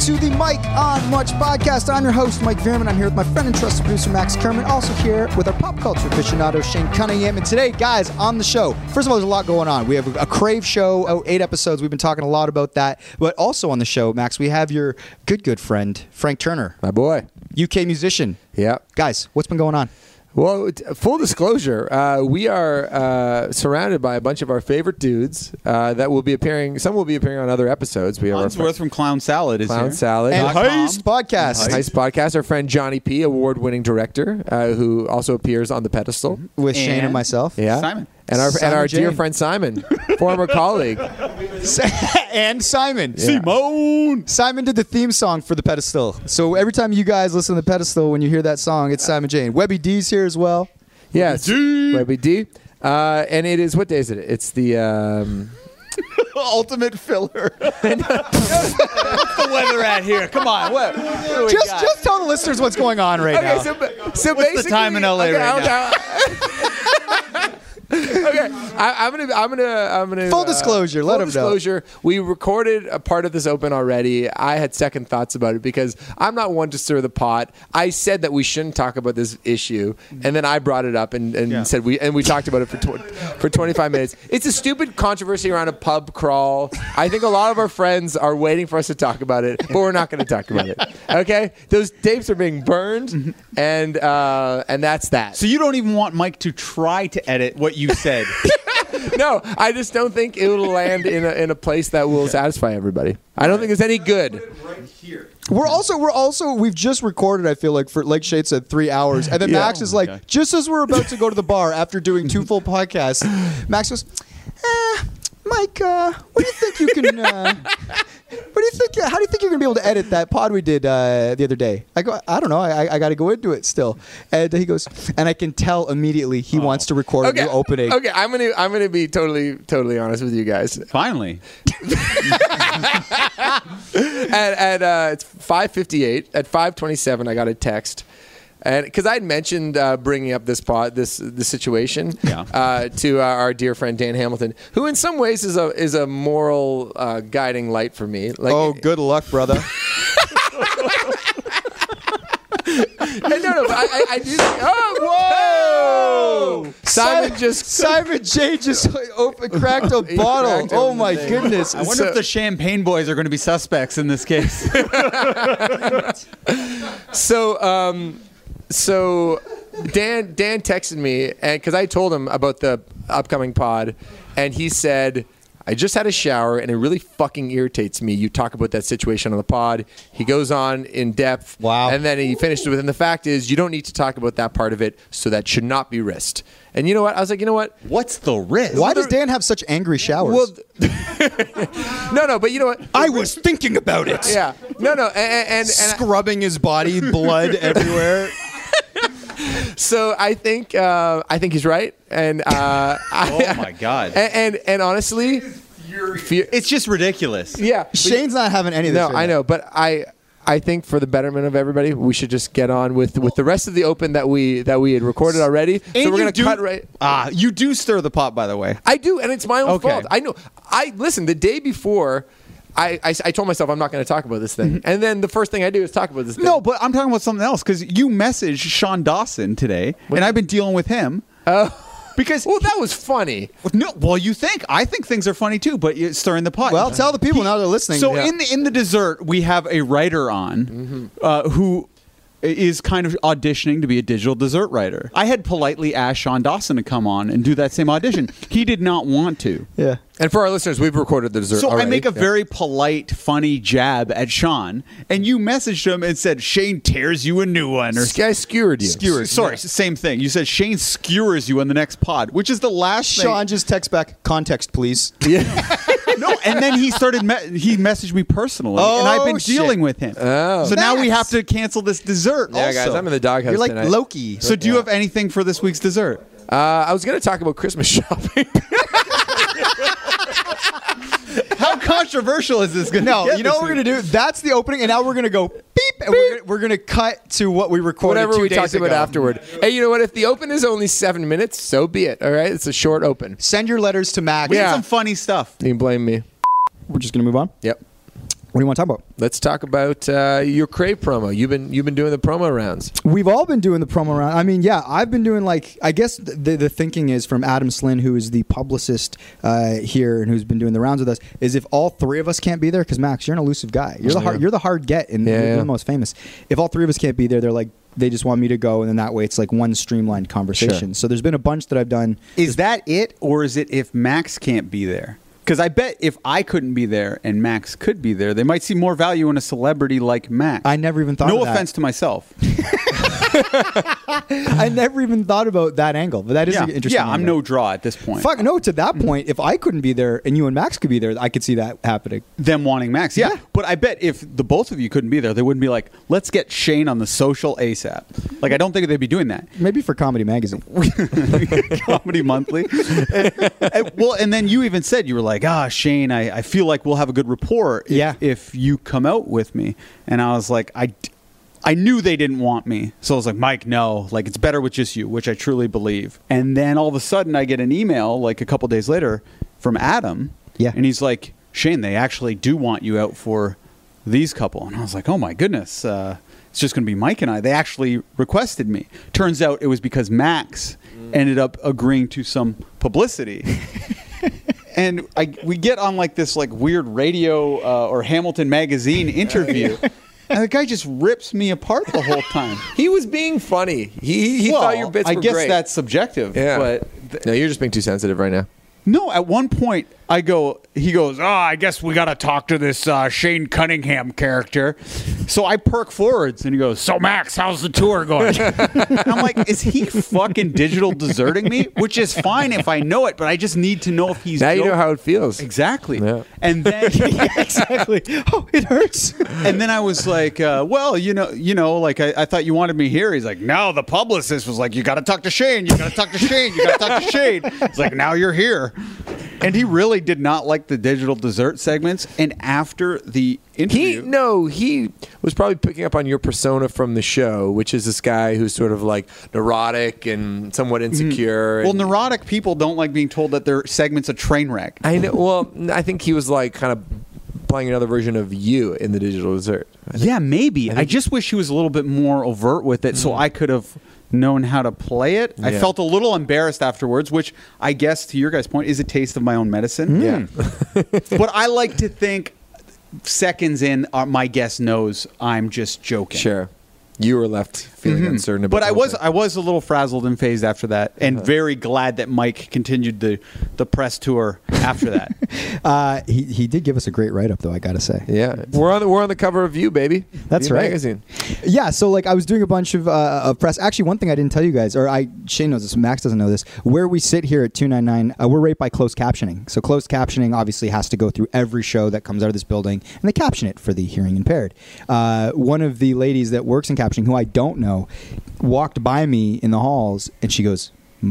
to the Mike on Much podcast. I'm your host, Mike Veerman. I'm here with my friend and trusted producer, Max Kerman. Also here with our pop culture aficionado, Shane Cunningham. And today, guys, on the show, first of all, there's a lot going on. We have a Crave show, oh, eight episodes. We've been talking a lot about that. But also on the show, Max, we have your good, good friend, Frank Turner, My boy. UK musician. Yeah. Guys, what's been going on? Well, t- full disclosure, uh, we are uh, surrounded by a bunch of our favorite dudes uh, that will be appearing. Some will be appearing on other episodes. We have our friend, Farnsworth from Clown Salad is Clown here. Salad. And Dot com. Heist Podcast. Nice podcast. Our friend Johnny P, award-winning director, uh, who also appears on the pedestal. With Shane and And- myself. Yeah, Mm-hmm. Simon. and our and Simon our dear Jane. friend Simon, former colleague. and Simon. Simone. Simon did the theme song for the pedestal. So every time you guys listen to the pedestal, when you hear that song, it's Simon Jane. Webby D's here as well. Yes, D. Webby D. Uh, and it is what day is it? It's the um, Ultimate filler. What's the weather at here? Come on. What? what Just just tell the listeners what's going on right now. Okay, so, ba- so What's the basically, time in LA okay, right I'm, now? okay, I, I'm gonna, I'm gonna, I'm gonna. Full disclosure, let full 'em know. disclosure. We recorded a part of this open already. I had second thoughts about it because I'm not one to stir the pot. I said that we shouldn't talk about this issue, and then I brought it up and, and Yeah. said we and we talked about it for tw- for 25 minutes. It's a stupid controversy around a pub crawl. I think a lot of our friends are waiting for us to talk about it, but we're not going to talk about it. Okay, those tapes are being burned, and uh, and that's that. So you don't even want Mike to try to edit what you said. no, I just don't think it will land in a, in a place that will satisfy everybody. I don't think it's any good. We're also we're also we've just recorded. I feel like for like Shade said, three hours, and then Yeah. Max is like, Okay. just as we're about to go to the bar after doing two full podcasts, Max goes, eh, Mike, uh, what do you think you can? Uh, what do you think? How do you think you're gonna be able to edit that pod we did uh, the other day? I go, I don't know. I, I- I got to go into it still. And he goes, and I can tell immediately he wants to record a new opening. Oh. Okay, I'm gonna I'm gonna be totally totally honest with you guys. Finally. At at uh, it's 5:58. At 5:27, I got a text. And because I had mentioned uh, bringing up this pot, this this situation Yeah. uh, to uh, our dear friend Dan Hamilton, who in some ways is a is a moral uh, guiding light for me. Like, Oh, good luck, brother. I, no, no, but I, I, I do. Oh, whoa! Simon just Simon J just opened, cracked a bottle. cracked oh open my the thing. goodness! I wonder So- if the Champagne Boys are going to be suspects in this case. So, um, so Dan Dan texted me and because I told him about the upcoming pod, and he said. I just had a shower and it really fucking irritates me. You talk about that situation on the pod. He goes on in depth. Wow. And then he finished with, and the fact is, you don't need to talk about that part of it, so that should not be risked. And you know what? I was like, you know what? What's the risk? Why does Dan have such angry showers? Well, no, no, but you know what? I was thinking about it. Yeah. No, no. And, and, and Scrubbing his body, blood everywhere. So I think uh, I think he's right, and uh, I, Oh my God. and and, and honestly, fear- It's just ridiculous. yeah, but- Shane's not having any of this. no, right I know, but I I think for the betterment of everybody, we should just get on with with the rest of the open that we that we had recorded already. so we're you gonna do- cut right. Ah, you do stir the pot, by the way. I do, and it's my own Okay. fault. I know. I listen. The day before. I, I, I told myself I'm not going to talk about this thing, and then the first thing I do is talk about this thing. Mm-hmm. No, but I'm talking about something else because you messaged Sean Dawson today, and I've been dealing with him. Oh, because well, that was funny. no, well, you think I think things are funny too, but you're stirring the pot. Well, tell the people now they're listening. So Yeah. Mm-hmm. in the in the dessert, we have a writer on uh, who is kind of auditioning to be a digital dessert writer. I had politely asked Sean Dawson to come on and do that same audition. he did not want to. Yeah. And for our listeners, we've recorded the dessert. So I already. make a Yeah. very polite, funny jab at Sean, and you messaged him and said Shane tears you a new one or This guy skewered you. skewers. Sorry, same thing. You said Shane skewers you on the next pod, which is the last Sean thing. just texts back, context, please. no, and then he started. Me- he messaged me personally, and I've been Oh, shit. dealing with him. Oh. so now we Max. have to cancel this dessert. Yeah, guys, also. I'm in the doghouse You're like tonight. Loki. So do you have anything for this week's dessert? Uh, I was gonna talk about Christmas shopping. How controversial is this going to no, oh, you know what we're gonna do? That's the opening, and now we're gonna go beep, and we're gonna, we're gonna cut to what we recorded. Whatever two we days talked about ago. afterward. Hey, you know what? If the open is only seven minutes, so be it. All right, it's a short open. Send your letters to Max. We Yeah. had some funny stuff. You can blame me. We're just gonna move on. Yep. What do you want to talk about? Let's talk about uh, your Crave promo. You've been you've been doing the promo rounds. We've all been doing the promo round. I mean, yeah, I've been doing like I guess the the thinking is from Adam Slynn, who is the publicist uh, here and who's been doing the rounds with us, is if all three of us can't be there, because Max, you're an elusive guy. You're the hard, Yeah. you're the hard get, and Yeah, you're yeah. the most famous. If all three of us can't be there, they're like they just want me to go, and then that way it's like one streamlined conversation. So there's been a bunch that I've done. Is that it, or is it if Max can't be there? Because I bet if I couldn't be there and Max could be there, they might see more value in a celebrity like Max. I never even thought No of that. offense to myself. I never even thought about that angle, but that is yeah, an interesting. yeah, I'm angle. no draw at this point. Mm-hmm. Fuck no! To that point, if I couldn't be there and you and Max could be there, I could see that happening. them wanting Max. Yeah. Yeah. But I bet if the both of you couldn't be there, they wouldn't be like, let's get Shane on the social ASAP. Like, I don't think they'd be doing that. Maybe for Comedy Magazine. Comedy Monthly. And- and- well, and then you even said, you were like, ah, Shane, I, I feel like we'll have a good rapport if, Yeah. if you come out with me. And I was like, I. d- I knew they didn't want me. So I was like, Mike, no, like it's better with just you, which I truly believe. And then all of a sudden I get an email like a couple days later from Adam. Yeah. And he's like, Shane, they actually do want you out for these couple. And I was like, oh my goodness, uh, it's just going to be Mike and I. They actually requested me. Turns out it was because Max ended up agreeing to some publicity. and I, we get on like this like weird radio uh, or Hamilton magazine interview. And the guy just rips me apart the whole time. He was being funny. He he Well, thought your bits I were guess great. that's subjective. yeah. But no, you're just being too sensitive right now. no, at one point I go, he goes, ah, I guess we got to talk to this uh, Shane Cunningham character. So I perk forwards and he goes, so Max, how's the tour going? And I'm like, is he fucking digital deserting me? Which is fine if I know it, but I just need to know if he's. Now you know joking. how it feels. Exactly. Yeah. And then exactly. Oh, it hurts. and then I was like, uh, well, you know, you know, like I, I thought you wanted me here. He's like, no, the publicist was like, you got to talk to Shane. You got to talk to Shane. You got to talk to Shane. It's like, now you're here. And he really did not like the digital dessert segments. And after the He interview, no, he was probably picking up on your persona from the show, which is this guy who's sort of like neurotic and somewhat insecure. Mm-hmm. well, and- neurotic people don't like being told that their segment's a train wreck. I know. Well, I think he was like kind of playing another version of you in the digital dessert. Yeah, maybe. I, Mm. just wish he was a little bit more overt with it so I could have known how to play it. I Yeah. felt a little embarrassed afterwards, which I guess, to your guys' point, is a taste of my own medicine. Yeah. but I like to think seconds in, uh, my guest knows I'm just joking. Sure, you were left feeling uncertain. About But the I whole was thing. I was a little frazzled and phased after that, and very glad that Mike continued the the press tour after that. Uh, he, he did give us a great write up, though, I got to say. Yeah, we're on the we're on the cover of you, baby. That's You right. Magazine. Yeah, so like I was doing a bunch of, uh, of press. Actually, one thing I didn't tell you guys, or I Shane knows this, Max doesn't know this. Where we sit here at 299, uh, we're right by closed captioning. So closed captioning obviously has to go through every show that comes out of this building, and they caption it for the hearing impaired. Uh, one of the ladies that works in captioning, who I don't know, walked by me in the halls, and she goes,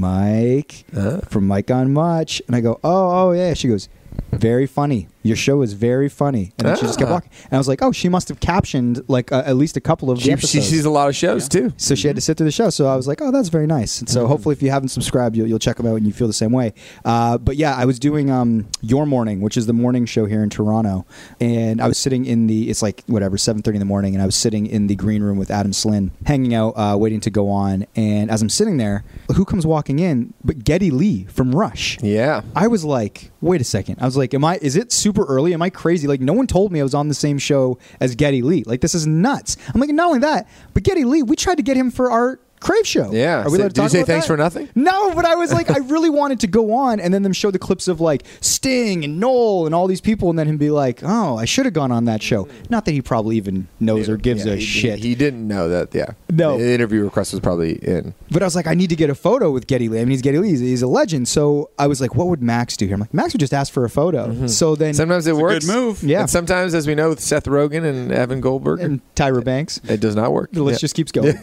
Mike from Mike on Much. And I go, oh, oh, yeah. She goes, very funny. Your show is very funny. And then she just kept Ah. walking. And I was like, oh, she must have captioned like uh, at least a couple of the She, she episodes. sees a lot of shows too. so she had to sit through the show. So I was like, oh, that's very nice. And so Mm-hmm. hopefully, if you haven't subscribed, you'll, you'll check them out and you feel the same way. Uh, but yeah, I was doing um, Your Morning, which is the morning show here in Toronto, and I was sitting in the it's like whatever seven thirty in the morning, and I was sitting in the green room with Adam Slynn, hanging out, uh, waiting to go on. And as I'm sitting there, who comes walking in? But Getty Lee from Rush. Yeah. I was like, wait a second. I was like, am I? Is it super early? Am I crazy? Like, no one told me I was on the same show as Getty Lee. Like, this is nuts. I'm like, not only that, but Getty Lee, we tried to get him for our Crave show. Yeah. Are we So allowed to did you talk say about thanks that? for nothing? No, but I was like, I really wanted to go on, and then them show the clips of like Sting and Noel and all these people, and then him be like, oh, I should have gone on that show. Not that he probably even knows or gives Yeah, a he- shit. He, didn't know that. Yeah. No. The interview request was probably in. But I was like, I need to get a photo with Getty Lee. I mean, he's Getty Lee. He's, he's a legend. So I was like, what would Max do here? I'm like, Max would just ask for a photo. So then Mm-hmm. Sometimes it a works. good move. Yeah. And sometimes, as we know, with Seth Rogen and Evan Goldberg, and Tyra Banks. it does not work. The list Yeah. just keeps going.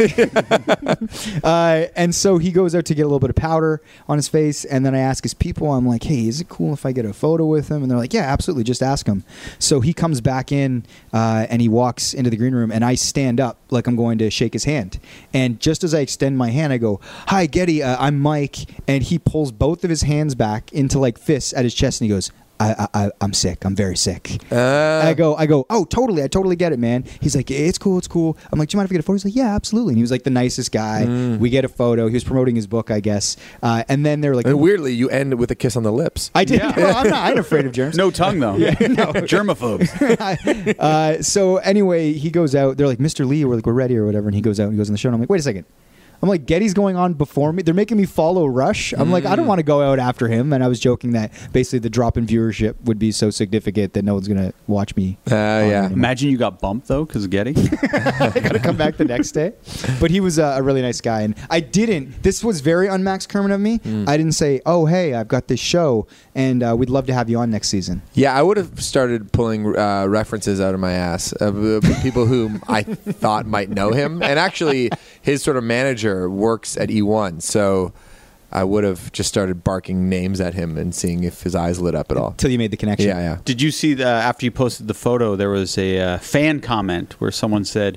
uh, and so he goes out to get a little bit of powder on his face. And then I ask his people, I'm like, hey, is it cool if I get a photo with him? And they're like, yeah, absolutely. Just ask him. So he comes back in uh, and he walks into the green room. And I stand up like I'm going to shake his hand. And just as I extend my hand, I go, hi, Getty, uh, I'm Mike. And he pulls both of his hands back into like fists at his chest and he goes, I, I, I I'm sick. I'm very sick. Uh, I go, I go, oh, totally. I totally get it, man. He's like, it's cool, it's cool. I'm like, do you mind if I get a photo? He's like, yeah, absolutely. And he was like the nicest guy. Mm. We get a photo. He was promoting his book, I guess. Uh, and then they're like, and weirdly, you end with a kiss on the lips. I did. Yeah. not I'm not. I'm afraid of germs. No tongue though. Germaphobes. uh, so anyway, he goes out. They're like, Mr. Lee, we're like, we're ready or whatever. And he goes out and goes on the show. And I'm like, wait a second. I'm like, Getty's going on before me. They're making me follow Rush. I'm like, I Mm. don't want to go out after him. And I was joking that basically the drop in viewership would be so significant that no one's gonna watch me. Uh, yeah. Imagine you got bumped though because Getty. I gotta come back the next day. But he was uh, a really nice guy, and I didn't. This was very unmax Kerman of me. Mm. I didn't say, "Oh, hey, I've got this show, and uh, we'd love to have you on next season." Yeah, I would have started pulling uh, references out of my ass of uh, people whom I thought might know him. And actually, his sort of manager works at E1, so I would have just started barking names at him and seeing if his eyes lit up at all. Till you made the connection. Yeah, yeah. Did you see the after you posted the photo? There was a uh, fan comment where someone said,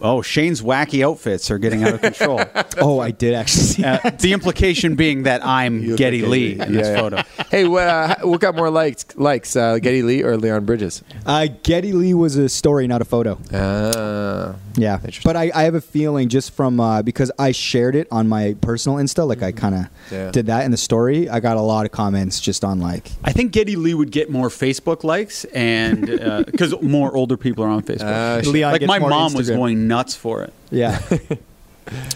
"Oh, Shane's wacky outfits are getting out of control." Uh, Oh, I did actually. See that. Uh, the implication being that I'm look Getty like Lee Getty in Lee. this Yeah, yeah. photo. Hey, what, uh, what got more likes? Likes uh, Getty Lee or Leon Bridges? Uh, Getty Lee was a story, not a photo. Uh, Yeah, Interesting. but I, I have a feeling just from uh, because I shared it on my personal Insta, like I kind of Mm-hmm. Yeah. did that in the story. I got a lot of comments just on like, I think Getty Lee would get more Facebook likes, and because more older people are on Uh, Facebook. Leon like gets my more mom was Instagram. going nuts for it. yeah.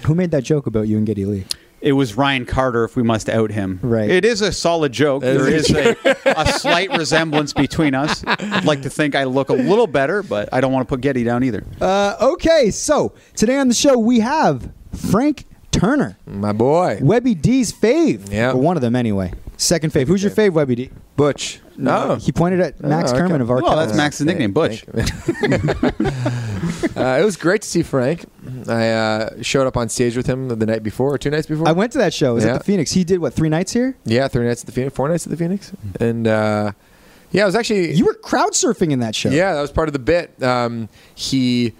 Who made that joke about you and Getty Lee? It was Ryan Carter, if we must out him. Right. It is a solid joke. It There is is a, a slight resemblance between us. I'd like to think I look a little better, but I don't want to put Getty down either. Uh, okay, so today on the show we have Frank Turner, my boy. Webby D's fave, Yeah. or one of them anyway. Second fave. Who's your fave, Webby D? Butch. No. he pointed at Max Oh, okay. Kerman of our. Well, that's Max's nickname, Butch. uh, it was great to see Frank. I uh, showed up on stage with him the night before, or two nights before. I went to that show. It was Yeah. at the Phoenix. He did what three nights here? Yeah, three nights at the Phoenix, four nights at the Phoenix, Mm-hmm. and uh, yeah, it was actually You were crowd surfing in that show. yeah, that was part of the bit. Um, he,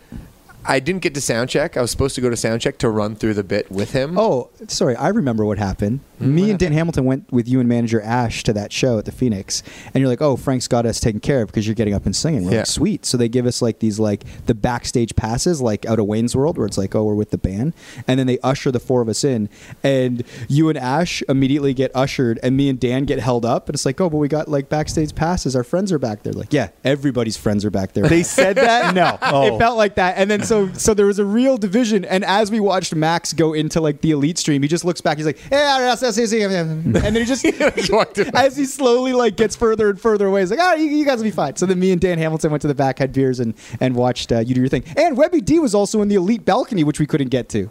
I didn't get to sound check. I was supposed to go to sound check to run through the bit with him. Oh, sorry. I remember Hmm? what happened. Me and Dan Hamilton went with you and manager Ash to that show at the Phoenix, and you're like, "Oh, Frank's got us taken care of because you're getting up and singing." We're Yeah. like, "Sweet!" So they give us like these like the backstage passes, like out of Wayne's World, where it's like, "Oh, we're with the band," and then they usher the four of us in, and you and Ash immediately get ushered, and me and Dan get held up, and it's like, "Oh, but we got like backstage passes. Our friends are back there." Like, yeah, everybody's friends are back there. They said that. no, it felt like that, and then so so there was a real division. And as we watched Max go into like the elite stream, he just looks back. He's like, "Hey, all right, I'll see you- see you- see you." and then he just walked away. as he slowly like gets further and further away. He's like, "All right, you, you guys will be fine." So then me and Dan Hamilton went to the back, had beers, and and watched uh, you do your thing. And Webby D was also in the elite balcony, which we couldn't get to.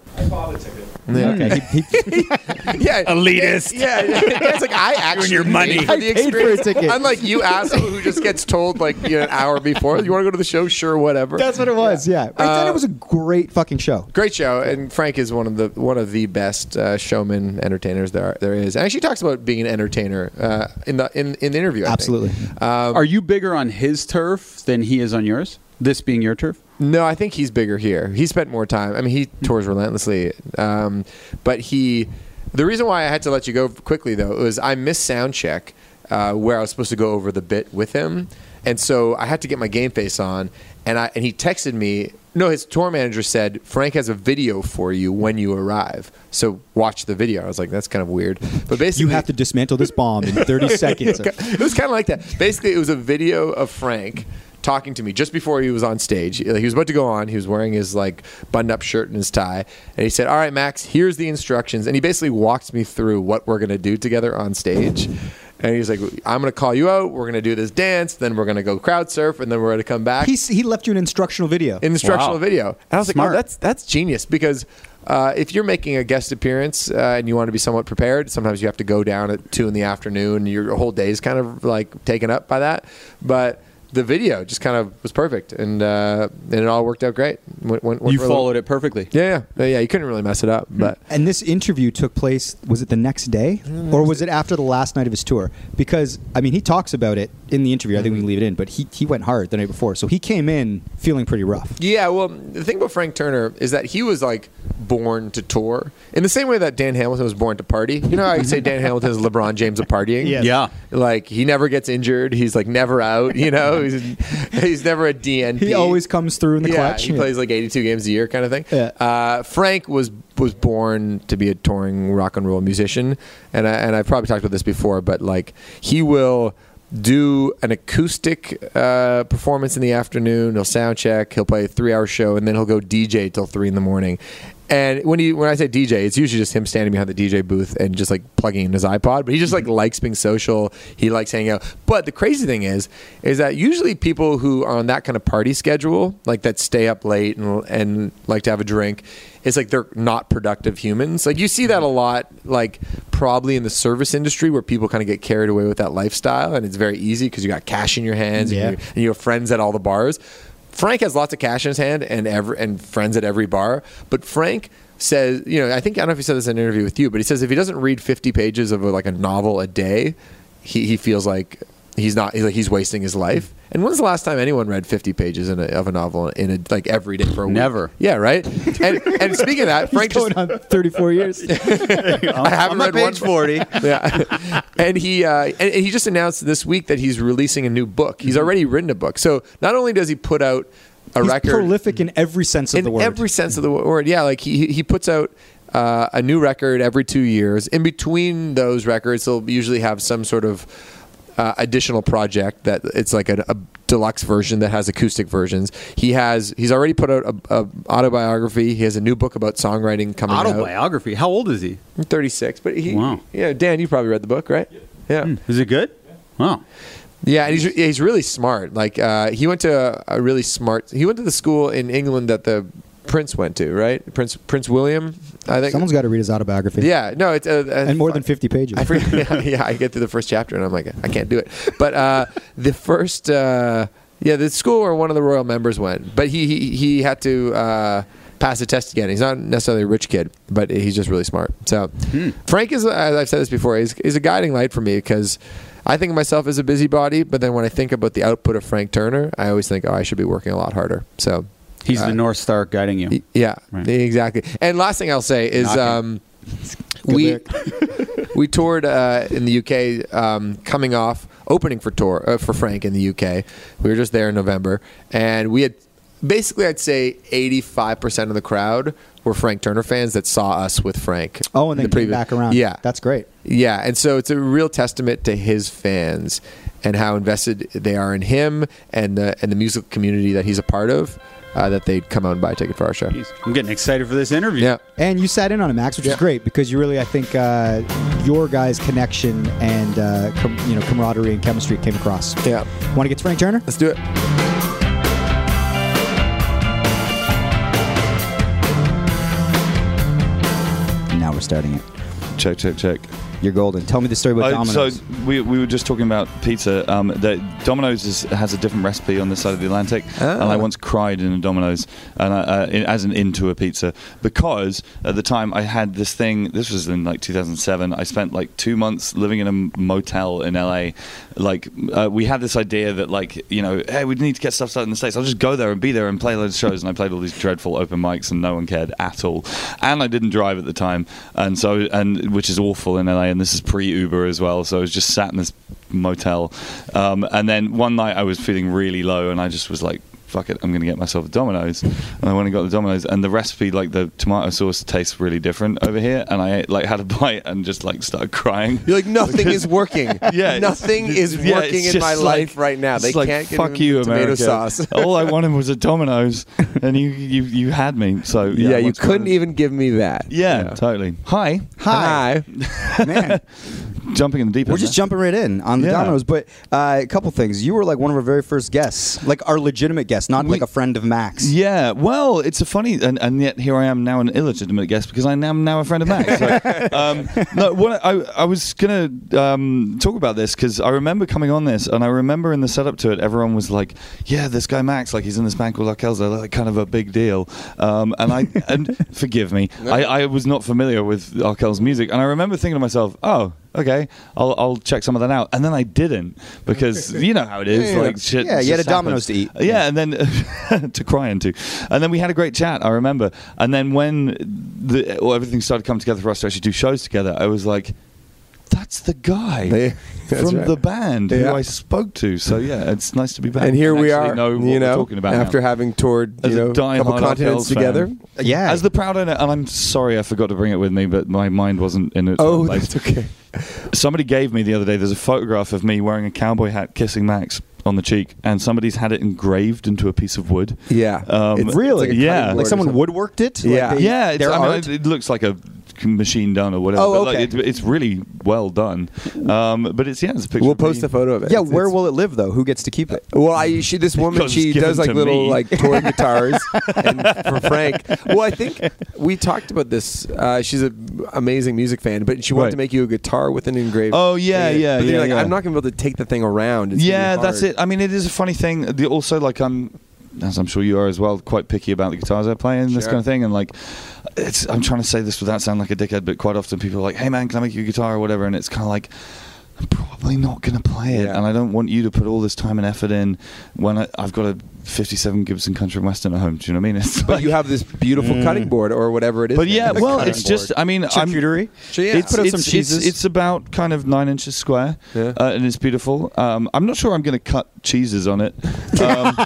yeah. Okay, he, he, yeah, Elitist. Yeah, yeah. it's like I actually your money. paid I for the paid for a experience. ticket. Unlike you, asshole, who just gets told like you know, an hour before, "You want to go to the show? Sure, whatever." that's what it was. Yeah, and then it was a great fucking show. Great show, and Frank is one of the one of the best uh, showman entertainers there are, there is. And actually talks about being an entertainer uh, in the in, in the interview. I think. Absolutely. Are you bigger on his turf than he is on yours? This being your turf? No, I think he's bigger here. He spent more time. I mean, he tours relentlessly, um, but he. The reason why I had to let you go quickly though was I missed sound check uh, where I was supposed to go over the bit with him, and so I had to get my game face on, and I and he texted me. No, his tour manager said Frank has a video for you when you arrive, so watch the video. I was like, that's kind of weird, but basically You have to dismantle this bomb in 30 seconds. it was kind of like that. Basically, it was a video of Frank talking to me just before he was on stage. He was about to go on. He was wearing his like button-up shirt and his tie, and he said, "All right, Max, here's the instructions." And he basically walked me through what we're gonna do together on stage. And he's like, "I'm gonna call you out. We're gonna do this dance. Then we're gonna go crowd surf, and then we're gonna come back." He he left you an instructional video. instructional Wow. video. And I was like, Smart. oh, that's that's genius because uh, if you're making a guest appearance uh, and you want to be somewhat prepared, sometimes you have to go down at two in the afternoon. and Your whole day is kind of like taken up by that, but. The video just kind of was perfect, and uh, and it all worked out great. Went, went, went You for a little- followed it Hmm. perfectly. yeah, yeah, yeah. You couldn't really mess it up, but And this interview took place, was it the next day? Or was it after the last night of his tour? Because, I mean, he talks about it in the interview. I think we Mm-hmm. can leave it in, but he he went hard the night before, so he came in feeling pretty rough. Yeah, well, the thing about Frank Turner is that he was like born to tour in the same way that Dan Hamilton was born to party. You know, how I say Dan Hamilton is LeBron James of partying. Yes. Yeah. like he never gets injured. He's like never out. You know, he's he's never a DNP. He always comes through in the yeah, clutch. he plays like 82 games a year, kind of thing. Yeah. Uh, Frank was was born to be a touring rock and roll musician, and I, and I've probably talked about this before, but like he will do an acoustic uh, performance in the afternoon. He'll sound check. He'll play a three hour show, and then he'll go DJ till three in the morning. And when he when I say DJ, it's usually just him standing behind the DJ booth and just like plugging in his iPod. But he just like likes being social. He likes hanging out. But the crazy thing is, is that usually people who are on that kind of party schedule, like that stay up late and and like to have a drink, it's like they're not productive humans. Like you see that a lot, like probably in the service industry where people kind of get carried away with that lifestyle, and it's very easy because you got cash in your hands Yeah. and, you and you have friends at all the bars. Frank has lots of cash in his hand and every, and friends at every bar, but Frank says, you know, I think I don't know if he said this in an interview with you, but he says if he doesn't read 50 pages of a, like a novel a day, he, he feels like he's not he's like he's wasting his life. And when's the last time anyone read 50 pages in a, of a novel in a like every day for a week? Never. Yeah, right. And, and speaking of that, Frank He's going just, on 34 years. I haven't I'm on read one page 40. yeah. and he uh, and and he just announced this week that he's releasing a new book. He's already written a book. So not only does he put out a He's record prolific in every sense of in the word. every sense of the word, yeah, like he he puts out. Uh, a new record every two years. In between those records, he'll usually have some sort of uh, additional project that it's like a, a deluxe version that has acoustic versions. He has he's already put out a, a autobiography. He has a new book about songwriting coming out. Autobiography. How old is he? I'm 36, but he, Wow. yeah, Dan, you probably read the book, right? Yeah, Hmm. Is it good? Wow. yeah, and he's yeah, he's really smart. Like uh, he went to a, a really smart. He went to the school in England that the prince went to, right? Prince Prince William, I think. Someone's got to read his autobiography. yeah, no, it's uh, uh, and more than 50 pages. I forget. yeah, yeah, I get through the first chapter and I'm like, I can't do it. But uh, the first, uh, yeah, the school where one of the royal members went, but he he, he had to uh, pass a test again. He's not necessarily a rich kid, but he's just really smart. So Hmm. Frank is, as I've said this before, is is a guiding light for me because. I think of myself as a busybody, but then when I think about the output of Frank Turner, I always think, oh, I should be working a lot harder. So He's Uh, the North Star guiding you. Y- Yeah, Right. exactly. And last thing I'll say is Knocking. um, Good we lyric. we toured uh, in the UK, um, coming off opening for tour uh, for Frank in the UK. We were just there in November, and we had basically I'd say eighty five percent of the crowd were Frank Turner fans that saw us with Frank. oh, and then the came previ- back around. Yeah, That's great. yeah, and so it's a real testament to his fans and how invested they are in him and the and the music community that he's a part of. Uh, that they'd come out and buy a ticket for our show. Jeez, I'm getting excited for this interview. Yeah. And you sat in on it, Max, which Yeah. is great because you really, I think, uh, your guys' connection and uh, com- you know camaraderie and chemistry came across. Yeah. Want to get to Frank Turner? Let's do it. Now we're starting it. Check, check, check. You're golden. Tell me the story about Uh, so Domino's. we, we were just talking about pizza. Um, that Domino's is, has a different recipe on this side of the Atlantic, and I once cried in a Domino's, and I, uh, in, as an into a pizza because at the time I had this thing. This was in like 2007. I spent like two months living in a motel in LA. Like uh, we had this idea that like you know, hey, we need to get stuff started in the states. I'll just go there and be there and play loads of shows. And I played all these dreadful open mics, and no one cared at all. And I didn't drive at the time, and so and which is awful in LA. And this is pre Uber as well, so I was just sat in this motel. Um, and then one night I was feeling really low, and I just was like. Fuck it, I'm gonna get myself a Domino's, and I went and got the Domino's, and the recipe, like the tomato sauce, tastes really different over here, and I ate, like had a bite and just like started crying. You're like nothing is working. Yeah, nothing it's- is yeah, it's working in just my like- life right now. it's They like, can't get fuck even you, tomato America. sauce. All I wanted was a Domino's, and you you you had me. So yeah, Yeah, I you once couldn't wanted- even give me that. Yeah, totally. Hi, Hi. Man, jumping in the deep. we're end just there. jumping right in on the Yeah. Domino's. But uh, a couple things. You were like one of our very first guests, like our legitimate guest, not We- like a friend of Max. Yeah, well, it's a funny, and, and yet here I am now an illegitimate guest because I am now a friend of Max. So, um, no, what I, I was gonna um, talk about this because I remember coming on this, and I remember in the setup to it, everyone was like, "Yeah, this guy Max, like he's in this band called La Kelsa, like kind of a big deal." Um, and I, and forgive me, I, I was not familiar with Arkel's music, and I remember thinking to myself, "Oh, okay, I'll, I'll check some of that out. And then I didn't because you know how it is. Yeah, yeah, like yeah. shit. Yeah, you had just a Domino's happens. to eat. Yeah, and then to cry into. And then we had a great chat. I remember. And then when the well, everything started coming together for us to actually do shows together, I was like. That's the guy Yeah, that's from right. the band Yeah. who I spoke to. So yeah, it's nice to be back. and here we actually are. Know what you we're know, talking about now. after having toured, you As a know, diehard couple continents Arkells fan. together. Yeah. As the proud owner, and I'm sorry I forgot to bring it with me, but my mind wasn't in it. Oh, that's okay. Somebody gave me the other day. There's a photograph of me wearing a cowboy hat, kissing Max on the cheek, and somebody's had it engraved into a piece of wood. Yeah. Um, It's- Really? it's like a Yeah. cutting board like or someone something. woodworked it. Like Yeah. they- yeah, it's, their I mean, art? it- it looks like a machine done or whatever. Oh, but, like, okay. it- it's really well done. Um, but it's yeah, it's a picture. We'll of me. post a photo of it. yeah. It's- Where it's- will it live though? Who gets to keep it? Oh, Well, I she this woman Because she it's given does like to little me. like toy guitars and for Frank. Well, I think we talked about this. Uh, she's an amazing music fan, but she wanted Right. to make you a guitar with an engraved. Oh, yeah, thing. But yeah, then you're yeah, like, yeah. I'm not gonna be able to take the thing around. It's gonna be yeah, that's hard. it. I mean, it is a funny thing. The, also, like I'm, as I'm sure you are as well, quite picky about the guitars I play and this Sure. kind of thing. And like, it's I'm trying to say this without sounding like a dickhead, but quite often people are like, "Hey man, can I make you a guitar or whatever?" And it's kind of like. I'm probably not going to play it, Yeah. and I don't want you to put all this time and effort in when I, I've got a 57 Gibson Country Western at home. Do you know what I mean? It's But like- you have this beautiful cutting board or whatever it is. Mm. but now. yeah, It's well, cutting it's just. I mean, I'm- Charcuterie. So, yeah. it's, Put up it's, some it's- cheeses. it's about kind of nine inches square, Yeah. uh, and it's beautiful. Um, I'm not sure I'm going to cut cheeses on it um,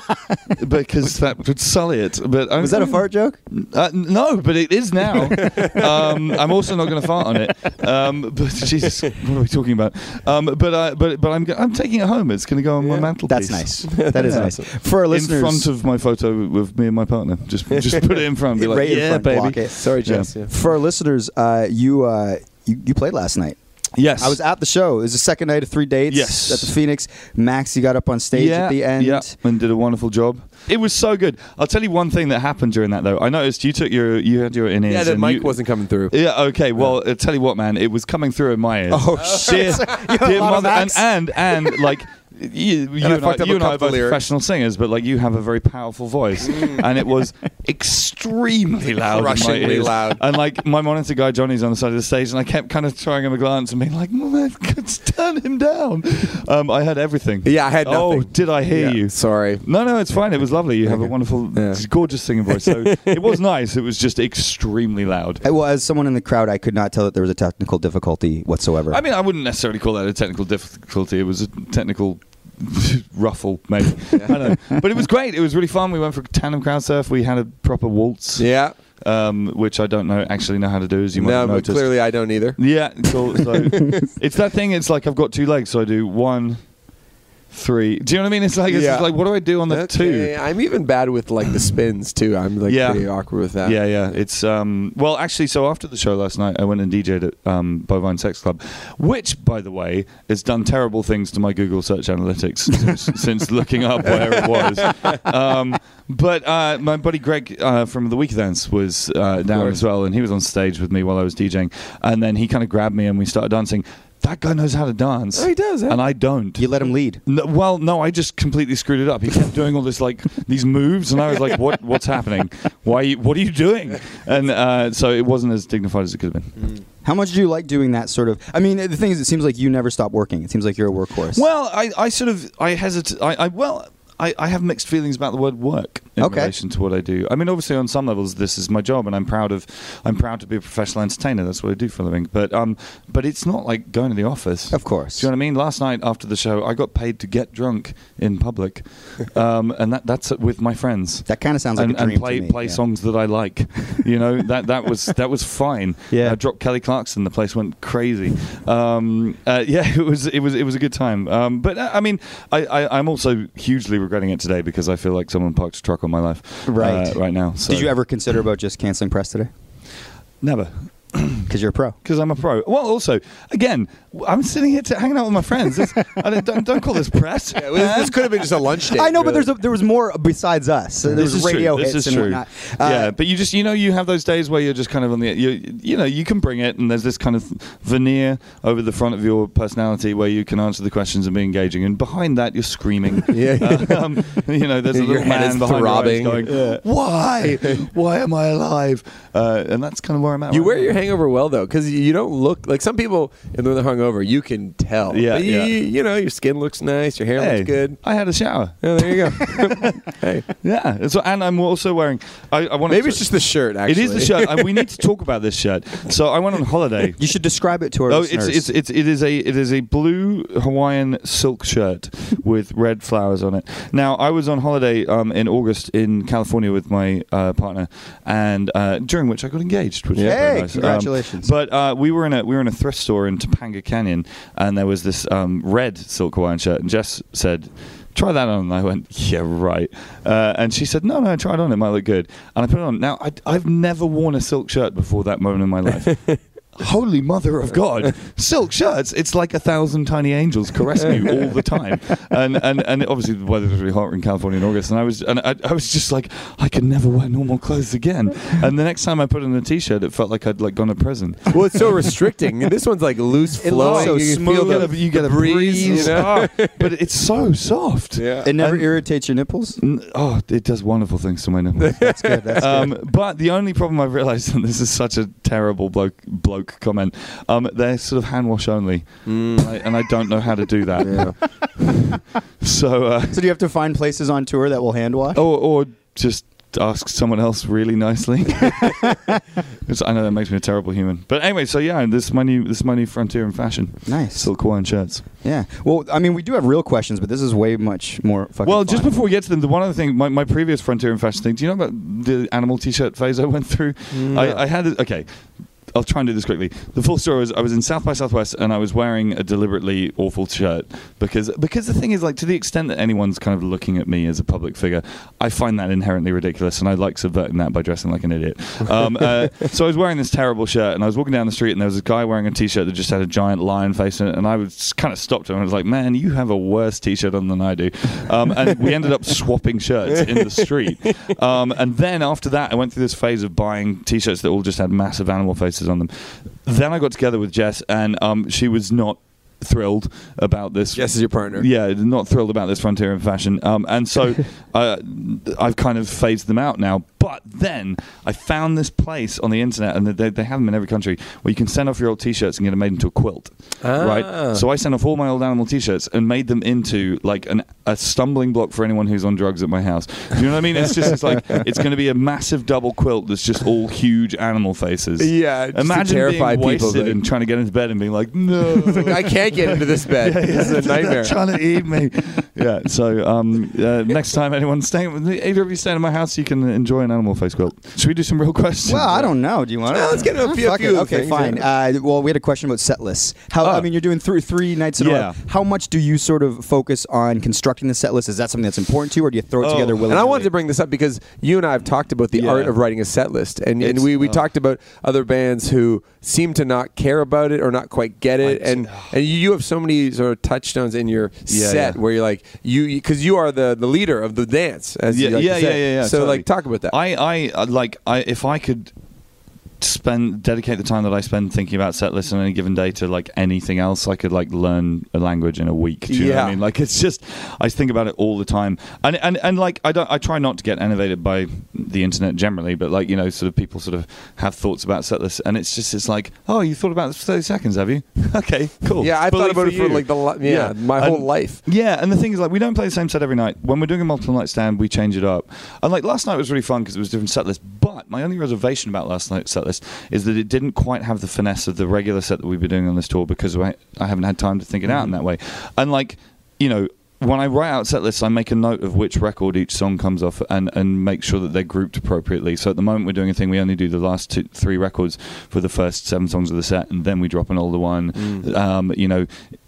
because that would sully it. But I'm, Was that a fart joke? Uh, n- no, but it is now. um, I'm also not going to fart on it. Um, but Jesus, what are we talking about? Um, but uh, but but I'm go- I'm taking it home. It's going to go on my Yeah. That's mantelpiece. nice. That is Yeah. nice. For our In listeners, front of my photo with me and my partner, just just put it in front. and Be like, right in yeah, front, baby. block it. Sorry, Jess. Yeah. Yeah. For our listeners, uh, you, uh, you you played last night. Yes, I was at the show. It was the second night of three dates Yes. at the Phoenix. Max, you got up on stage at the end. Yeah, and did a wonderful job. It was so good. I'll tell you one thing that happened during that though. I noticed you took your you had your in ears. Yeah, the mic wasn't coming through. Yeah, okay. Well, I'll tell you what, man, it was coming through in my ears. Oh, dear, dear lot of mother, and, Max. and and like. You, you and, I I, fucked up you a and I couple are both lyrics. Mm. professional singers, but like you have a very powerful voice, and it was extremely loud, in my Crushingly ears. loud. And like my monitor guy Johnny's on the side of the stage, and I kept kind of throwing him a glance and being like, "Man, turn him down." Um, I heard everything. Yeah, I had Oh, nothing. did I hear Yeah, you? Sorry. No, no, it's fine. It was lovely. You have a wonderful, Yeah. gorgeous singing voice. So it was nice. It was just extremely loud. I- well, as someone in the crowd, I could not tell that there was a technical difficulty whatsoever. I mean, I wouldn't necessarily call that a technical difficulty. It was a technical ruffle, maybe. I don't know. But it was great. It was really fun. We went for a tandem crowd surf. We had a proper waltz, Yeah. um, which I don't know actually know how to do, as you might No, have but noticed. clearly I don't either. Yeah, cool. So it's that thing. It's like I've got two legs, so I do one, three. Do you know what I mean? It's like it's Yeah. just like what do I do on the two? Okay, I'm even bad with like the spins too. I'm like Yeah. pretty awkward with that. Yeah, yeah. It's um well actually so after the show last night I went and DJ'd at um Bovine Sex Club, which by the way has done terrible things to my Google search analytics since, since looking up where it was. Um, but uh, my buddy Greg uh, from the Weekends was uh, down course. as well and he was on stage with me while I was DJing and then he kind of grabbed me and we started dancing. That guy knows how to dance. Oh, he does, huh? And I don't. you let him lead. No, well, no, I just completely screwed it up. He kept doing all this like these moves, and I was like, "What? What's happening? Why? are you- What are you doing?" And uh, so it wasn't as dignified as it could have been. How much do you like doing that sort of? I mean, the thing is, it seems like you never stop working. It seems like you're a workhorse. Well, I, I sort of I hesitate. I, I well. I, I have mixed feelings about the word work in Okay. relation to what I do. I mean, obviously, on some levels, this is my job, and I'm proud of. I'm proud to be a professional entertainer. That's what I do for a living. But um, but it's not like going to the office. of course. Do you know what I mean? Last night after the show, I got paid to get drunk in public, um, and that, that's with my friends. That kind of sounds like and, a dream and play to me. play yeah. songs that I like. You know that that was that was fine. Yeah. I dropped Kelly Clarkson. The place went crazy. Um, uh, yeah, it was it was it was a good time. Um, but uh, I mean, I, I I'm also hugely regretting it today because I feel like someone parked a truck on my life. uh, Right. right now. So. Did you ever consider about just canceling press today? Never. Because you're a pro. Because I'm a pro. Well, also, again, I'm sitting here t- hanging out with my friends. This- I don't, don't, don't call this press. Yeah, well, this, this could have been just a lunch date. I know, but really. there's a, there was more besides us. So there This was is true. radio This hits is and true. whatnot. Uh, yeah, Uh, but you just you know you have those days where you're just kind of on the you you know you can bring it and there's this kind of veneer over the front of your personality where you can answer the questions and be engaging and behind that you're screaming. Yeah. um, you know there's a Your little head is man behind throbbing. your eyes going, why, why am I alive? Uh, and that's kind of where I'm at. You right wear now. your hangover well well though, because you don't look like some people. And when they're hungover, you can tell. Yeah, But you, yeah. you know, your skin looks nice, your hair Hey, looks good. I had a shower. Yeah, there you go. hey, Yeah. So, and I'm also wearing. I, I want. maybe it's just the shirt. Actually, It is the shirt. and we need to talk about this shirt. So I went on holiday. You should describe it to our Oh, it's, listeners. it's, it's, it is a it is a blue Hawaiian silk shirt with red flowers on it. Now I was on holiday um, in August in California with my uh, partner, and uh, during which I got engaged. Which was very Hey, nice. congratulations. Um, but uh, we were in a we were in a thrift store in Topanga Canyon, and there was this um, red silk Hawaiian shirt, and Jess said. Try that on, and I went, yeah, right. Uh, and she said, no, no, try it on. It might look good. And I put it on. Now, I, I've never worn a silk shirt before that moment in my life. Holy Mother of God! Silk shirts. It's like a thousand tiny angels caressing you all the time, and and, and obviously the weather was really hot in California in August, and I was and I, I was just like, I can never wear normal clothes again. And the next time I put on a t-shirt, it felt like I'd like gone to prison. Well, it's so restricting. This one's like loose It looks flowing. so you can feel smooth. the- You you get a the breeze, breeze, you know? oh, but it's so soft. yeah. it never and- irritates your nipples. N- Oh, it does wonderful things to my nipples. That's good. That's um, but the only problem I've realised, and this is such a terrible bloke bloke comment, um, they're sort of hand wash only, Hmm. and, I, and I don't know how to do that. So, uh, good. So do you have to find places on tour that will hand wash? or, or just ask someone else really nicely. It's- I know that makes me a terrible human, but anyway. So yeah, this is my new this is my new frontier in fashion. nice. Silk Hawaiian shirts. yeah. Well, I mean, we do have real questions, but this is way much more fucking. Well, just fun. before we get to them, the one other thing, my, my previous frontier in fashion thing. Do you know about the animal t-shirt phase I went through? No. I, I had a, okay. I'll try and do this quickly. The full story was I was in South by Southwest and I was wearing a deliberately awful shirt because because the thing is like to the extent that anyone's kind of looking at me as a public figure, I find that inherently ridiculous and I like subverting that by dressing like an idiot. Um, uh, so I was wearing this terrible shirt and I was walking down the street and there was a guy wearing a t-shirt that just had a giant lion face in it and I was kind of stopped him and I was like, man, you have a worse t-shirt on than I do. Um, and we ended up swapping shirts in the street. Um, and then after that, I went through this phase of buying t-shirts that all just had massive animal faces on them. Then I got together with Jess, and um, she was not thrilled about this. Jess is your partner. Yeah, not thrilled about this frontier in fashion. Um, and so uh, I've kind of phased them out now. But then I found this place on the internet, and they, they have them in every country, where you can send off your old t-shirts and get them made into a quilt. Ah. Right? So I sent off all my old animal t-shirts and made them into like an, a stumbling block for anyone who's on drugs at my house. Do you know what I mean? It's just it's like it's going to be a massive double quilt that's just all huge animal faces. Yeah, just to Imagine terrify being people, wasted like- and trying to get into bed and being like, no. I can't get into this bed. This is a nightmare. They're trying to eat me. yeah. So um, uh, next time anyone's staying with me, either of you staying in my house, you can enjoy an animal face quilt. Should we do some real questions? Well, I don't know. Do you want to? Well, let's get a few- a few Okay, things, fine. Uh, well, we had a question about set lists. How? I Oh. mean, you're doing three three nights in a Yeah. row. How much do you sort of focus on constructing the set list? Is that something that's important to you, or do you throw it Oh. together And willingly? And I wanted to bring this up because you and I have talked about the Yeah. art of writing a set list, and, and It's- we, we oh. talked about other bands who seem to not care about it or not quite get it, I- and and you- you have so many sort of touchstones in your oh. Yeah, set yeah. where you're like you because you are the, the leader of the dance, as you like to say. So totally. like talk about that. I, I uh, like I if I could spend dedicate the time that I spend thinking about set lists on any given day to like anything else, I could like learn a language in a week. Do you know what Yeah. I mean? Like it's just I think about it all the time. And and, and like I don't I try not to get innovated by the internet generally, but like, you know, sort of people sort of have thoughts about set lists and it's just it's like, Oh, you thought about this for thirty seconds, have you? okay, cool. yeah, I Bully thought about it for you. like the li- yeah, my And- whole life. yeah, and the thing is, like, we don't play the same set every night. When we're doing a multiple night stand, we change it up. And like last night was really fun because it was a different set list. But my only reservation about last night's set list is that it didn't quite have the finesse of the regular set that we've been doing on this tour because I, I haven't had time to think it out in that way. And like, you know. When I write out set lists, I make a note of which record each song comes off, and, and make sure that they're grouped appropriately. So at the moment we're doing a thing, we only do the last two, three records for the first seven songs of the set, and then we drop an older one. Um, you know,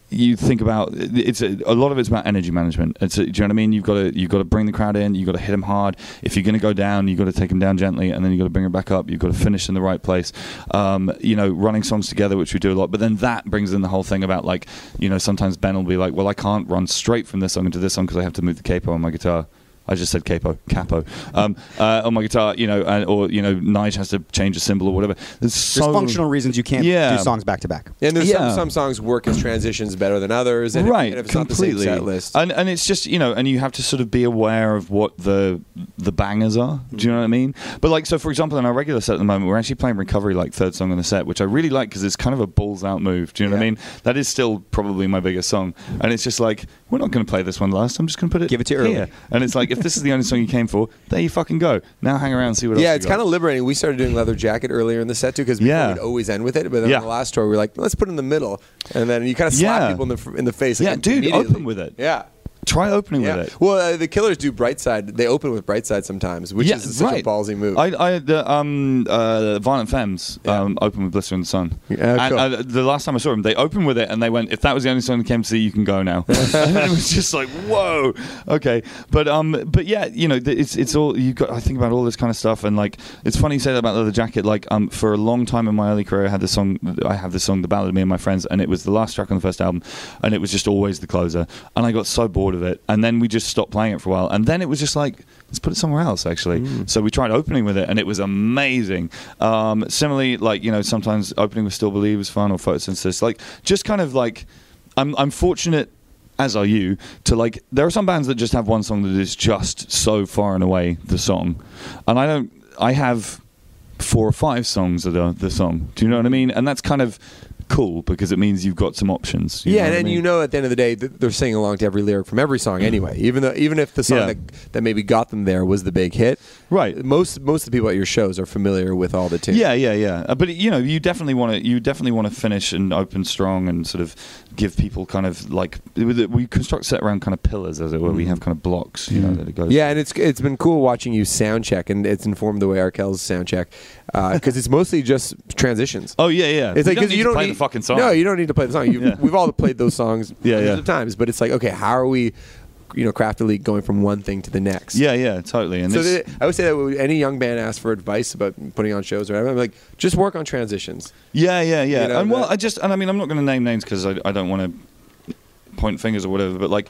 you think about it's a, a lot of it's about energy management. It's a, do you know what I mean? You've got to you've got to bring the crowd in. You've got to hit them hard. If you're going to go down, you've got to take them down gently, and then you've got to bring them back up. You've got to finish in the right place. Um, you know, running songs together, which we do a lot. But then that brings in the whole thing about like you know sometimes Ben will be like, well, I can't run straight from this song into this song because I have to move the capo on my guitar. I just said capo, capo. Um, uh, on my guitar, you know, and, or you know, Nige has to change a symbol or whatever. There's There's so functional reasons you can't Yeah. do songs back to back. And there's Yeah. some, some songs work as transitions better than others, and if- right, and if it's completely. not the same set list. And and it's just you know, and you have to sort of be aware of what the the bangers are. Do you know what I mean? But like, so for example, in our regular set at the moment, we're actually playing recovery like third song on the set, which I really like because it's kind of a balls out move. Do you know what I Yeah. mean? That is still probably my biggest song, and it's just like we're not going to play this one last. I'm just going to put it Give it to you early. here. And it's like if this is the only song you came for, there you fucking go. Now hang around and see what else. yeah, we it's got. kind of liberating. We started doing Leather Jacket earlier in the set too, because Yeah. we'd always end with it. But then Yeah. on the last tour, we were like, let's put it in the middle, and then you kind of slap Yeah. people in the fr- in the face. like, Yeah, dude, immediately. open with it. Yeah. try opening Yeah. with it. Well, uh, the Killers do Brightside. They open with Brightside sometimes, which Yeah, is such right. a ballsy move. I, I the um uh Violent Femmes um opened with Blister in the Sun. Yeah, and, cool. uh, the last time I saw them, they opened with it and they went, if that was the only song that came to see, you can go now. and it was just like, whoa, okay. But um, but yeah, you know, th- it's it's all you got. I think about all this kind of stuff and like it's funny you say that about Leather Jacket. Like um, for a long time in my early career, I had this song. I have this song, The Ballad of Me and My Friends, and it was the last track on the first album, and it was just always the closer. And I got so bored of it, and then we just stopped playing it for a while, and then it was just like let's put it somewhere else actually Hmm. so we tried opening with it and it was amazing um, similarly like you know sometimes opening with still believe is fun or photosynthesis like just kind of like i'm, I'm fortunate as are you to like there are some bands that just have one song that is just so far and away the song and i don't i have four or five songs of the, the song do you know what i mean and that's kind of cool because it means you've got some options you yeah, know and what I then mean? Mm. you know at the end of the day that they're singing along to every lyric from every song anyway. Even though even if the song Yeah. that, that maybe got them there was the big hit, Right. Most most of the people at your shows are familiar with all the tunes. Yeah, yeah, yeah. Uh, but you know, you definitely want to you definitely want to finish and open strong and sort of give people kind of like we construct set around kind of pillars as it were. We have kind of blocks, you know, that it goes. Mm-hmm. Yeah, and it's it's been cool watching you sound check, and it's informed the way Arkell's sound check because it's mostly just transitions. Oh yeah, yeah. It's like We don't because need you to don't play need the fucking song. No, you don't need to play the song. You, Yeah. We've all played those songs Yeah, hundreds yeah. of times, but it's like okay, how are we, you know, craftily going from one thing to the next? Yeah, yeah, totally. And So this, th- I would say that when any young band asks for advice about putting on shows or whatever, I'm like, just work on transitions. Yeah, yeah, yeah. You know, and well, that- I just and I mean, I'm not going to name names because I, I don't want to point fingers or whatever. But like,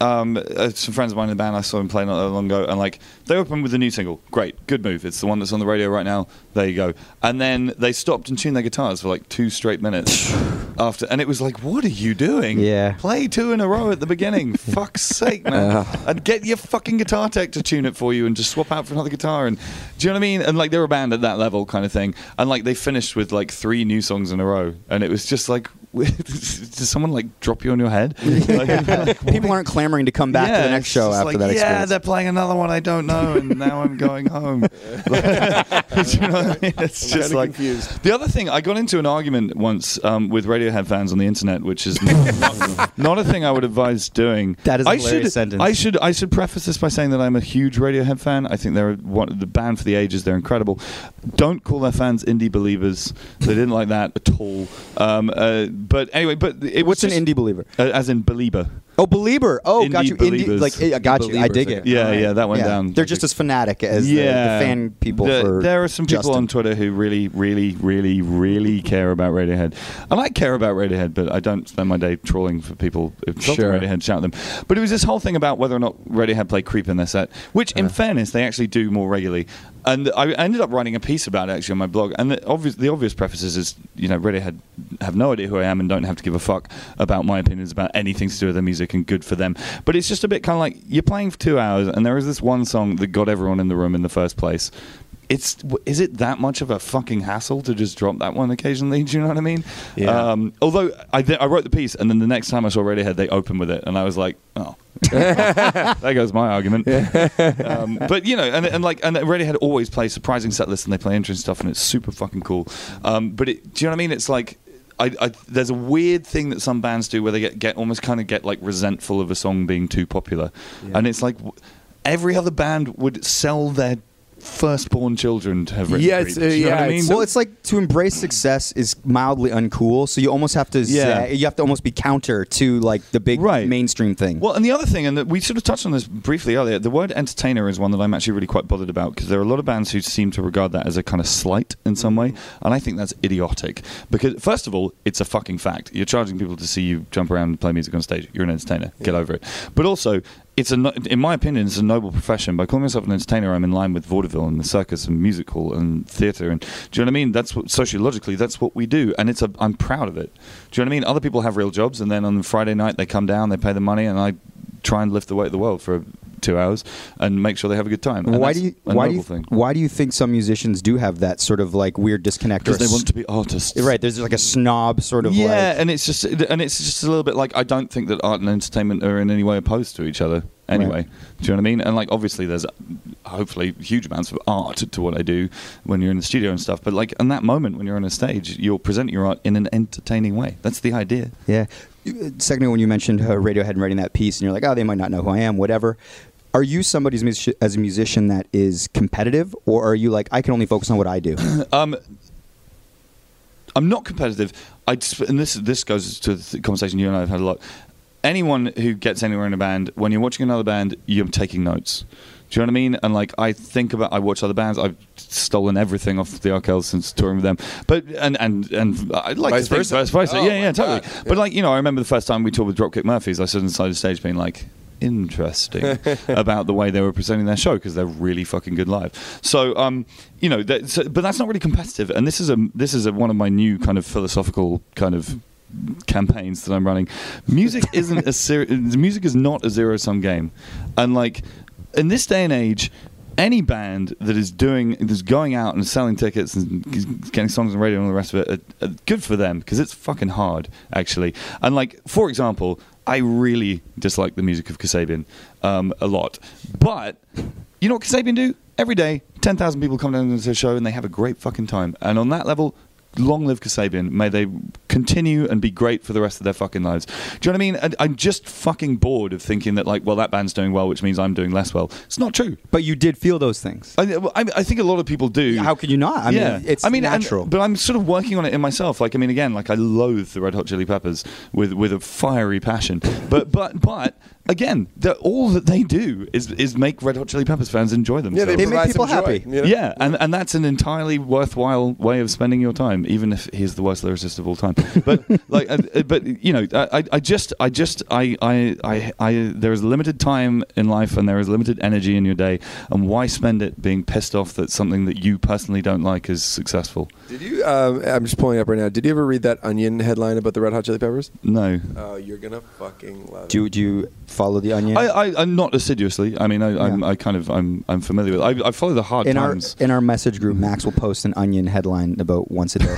um, uh, some friends of mine in the band, I saw them play not that long ago, and like they opened with a new single. Great, good move. It's the one that's on the radio right now. There you go. And then they stopped and tuned their guitars for like two straight minutes after, and it was like, what are you doing? Yeah. play two in a row at the beginning. Fuck's sake, man! And get your fucking guitar tech to tune it for you, and just swap out for another guitar. And do you know what I mean? And like they're a band at that level, kind of thing. And like they finished with like three new songs in a row, and it was just like, did someone like drop you on your head? Like, People aren't clamoring to come back to yeah, the next it's show just after like, that Yeah, experience. they're playing another one I don't know, and now I'm going home. Do you know what I mean? It's I'm just kinda like confused. the other thing. I got into an argument once um, with Radiohead fans on the internet, which is not, not a thing I would advise doing. That is a I hilarious should, sentence. I should I should preface this by saying that I'm a huge Radiohead fan. I think they're one, the band for the ages. They're incredible. Don't call their fans indie believers. They didn't like that at all. Um, uh, but anyway, but it was What's an just- indie believer? uh, as in believer. Oh, believer. Oh, Indie got you. Indie, believers. like I got you. I Believers, dig okay. it. Yeah, All right. yeah, that went down. They're just as fanatic as the- the, fan people. There, for there are some people Justin. on Twitter who really, really, really, really care about Radiohead, and I care about Radiohead, but I don't spend my day trawling for people insulting Sure. Radiohead, shout them. But it was this whole thing about whether or not Radiohead play "Creep" in their set, which, in fairness, they actually do more regularly. And I ended up writing a piece about it actually on my blog. And the obvious, the obvious preface is, is, you know, Radiohead have no idea who I am and don't have to give a fuck about my opinions about anything to do with their music and good for them. But it's just a bit kind of like you're playing for two hours and there is this one song that got everyone in the room in the first place it's w- is it that much of a fucking hassle to just drop that one occasionally? Do you know what I mean? Yeah. Um, although I th- I wrote the piece, and then the next time I saw Radiohead, they opened with it, and I was like, oh. there goes my argument. um, but you know, and, and like, and Radiohead always plays surprising set lists and they play interesting stuff, and it's super fucking cool. Um, but it, do you know what I mean? It's like, I, I, there's a weird thing that some bands do where they get, get almost kind of get like resentful of a song being too popular, and it's like w- every other band would sell their firstborn children to have. written Yeah, it's, Creep. Do you uh, know what yeah, I mean? it's- So- well, it's like to embrace success is mildly uncool, so you almost have to Yeah. say, you have to almost be counter to like the big Right. mainstream thing. Well, and the other thing, and that we sort of touched on this briefly earlier, the word entertainer is one that I'm actually really quite bothered about because there are a lot of bands who seem to regard that as a kind of slight in some way, and I think that's idiotic. Because first of all, it's a fucking fact. You're charging people to see you jump around and play music on stage. You're an entertainer. Get over it. But also. it's a, no- in my opinion, it's a noble profession. By calling myself an entertainer, I'm in line with vaudeville and the circus and music hall and theatre. And do you know what I mean? That's what sociologically, that's what we do, and it's a, I'm proud of it. Do you know what I mean? Other people have real jobs, and then on Friday night they come down, they pay the money, and I try and lift the weight of the world for two hours and make sure they have a good time. And why that's do you a why do you, noble thing. why do you think some musicians do have that sort of like weird disconnect? or Because they s- want to be artists, right? There's like a snob sort of yeah, like and it's just and it's just a little bit like I don't think that art and entertainment are in any way opposed to each other. Anyway, Right. do you know what I mean? And like obviously there's hopefully huge amounts of art to what I do when you're in the studio and stuff. But like in that moment when you're on a stage, you're presenting your art in an entertaining way. That's the idea. yeah. Secondly, when you mentioned uh, Radiohead and writing that piece, and you're like, oh, they might not know who I am, whatever. Are you somebody's music- as a musician that is competitive, or are you like I can only focus on what I do? Um, I'm not competitive. I just, and this this goes to the conversation you and I have had a lot. Anyone who gets anywhere in a band, when you're watching another band, you're taking notes. Do you know what I mean? And like, I think about. I watch other bands. I've stolen everything off the Arkells since touring with them. But and and and I like Vice to think versa. vice versa. Oh, yeah, yeah, my totally. God. But like, you know, I remember the first time we toured with Dropkick Murphys. I stood inside the stage being like, interesting about the way they were presenting their show because they're really fucking good live. So, um, you know, that, so, but that's not really competitive. And this is a this is a, one of my new kind of philosophical kind of campaigns that I'm running. Music isn't a ser- music is not a zero sum game, and like in this day and age. Any band that is doing, that's going out and selling tickets and g- getting songs on radio and all the rest of it, uh, uh, good for them because it's fucking hard, actually. And like, for example, I really dislike the music of Kasabian um, a lot. But you know what Kasabian do? Every day, 10,000 people come down to their show and they have a great fucking time. And on that level, long live Kasabian. May they continue and be great for the rest of their fucking lives. Do you know what I mean? And I'm just fucking bored of thinking that, like, well, that band's doing well, which means I'm doing less well. It's not true. but you did feel those things. I, I, I think a lot of people do How could you not? I mean, it's and- natural. but I'm sort of working on it in myself. Like, I mean, again, like I loathe the Red Hot Chili Peppers with with a fiery passion. But but but again, the, all that they do is is make Red Hot Chili Peppers fans enjoy Yeah, themselves. they, They make provide people some joy, happy. you know? Yeah, and, and that's an entirely worthwhile way of spending your time, even if he's the worst lyricist of all time. But like, uh, uh, but you know, I, I- I just, I just, I, I, I, I, there is limited time in life, and there is limited energy in your day, and why spend it being pissed off that something that you personally don't like is successful? Did you? Um, I'm just pulling it up right now. Did you ever read that Onion headline about the Red Hot Chili Peppers? No. Oh, you're gonna fucking love Do you, do you follow the onion? I, I, I'm not assiduously. I mean, I, I'm, Yeah. I kind of, I'm, I'm familiar with. I, I follow the hard in our times. in our message group, Max will post an onion headline about once a day.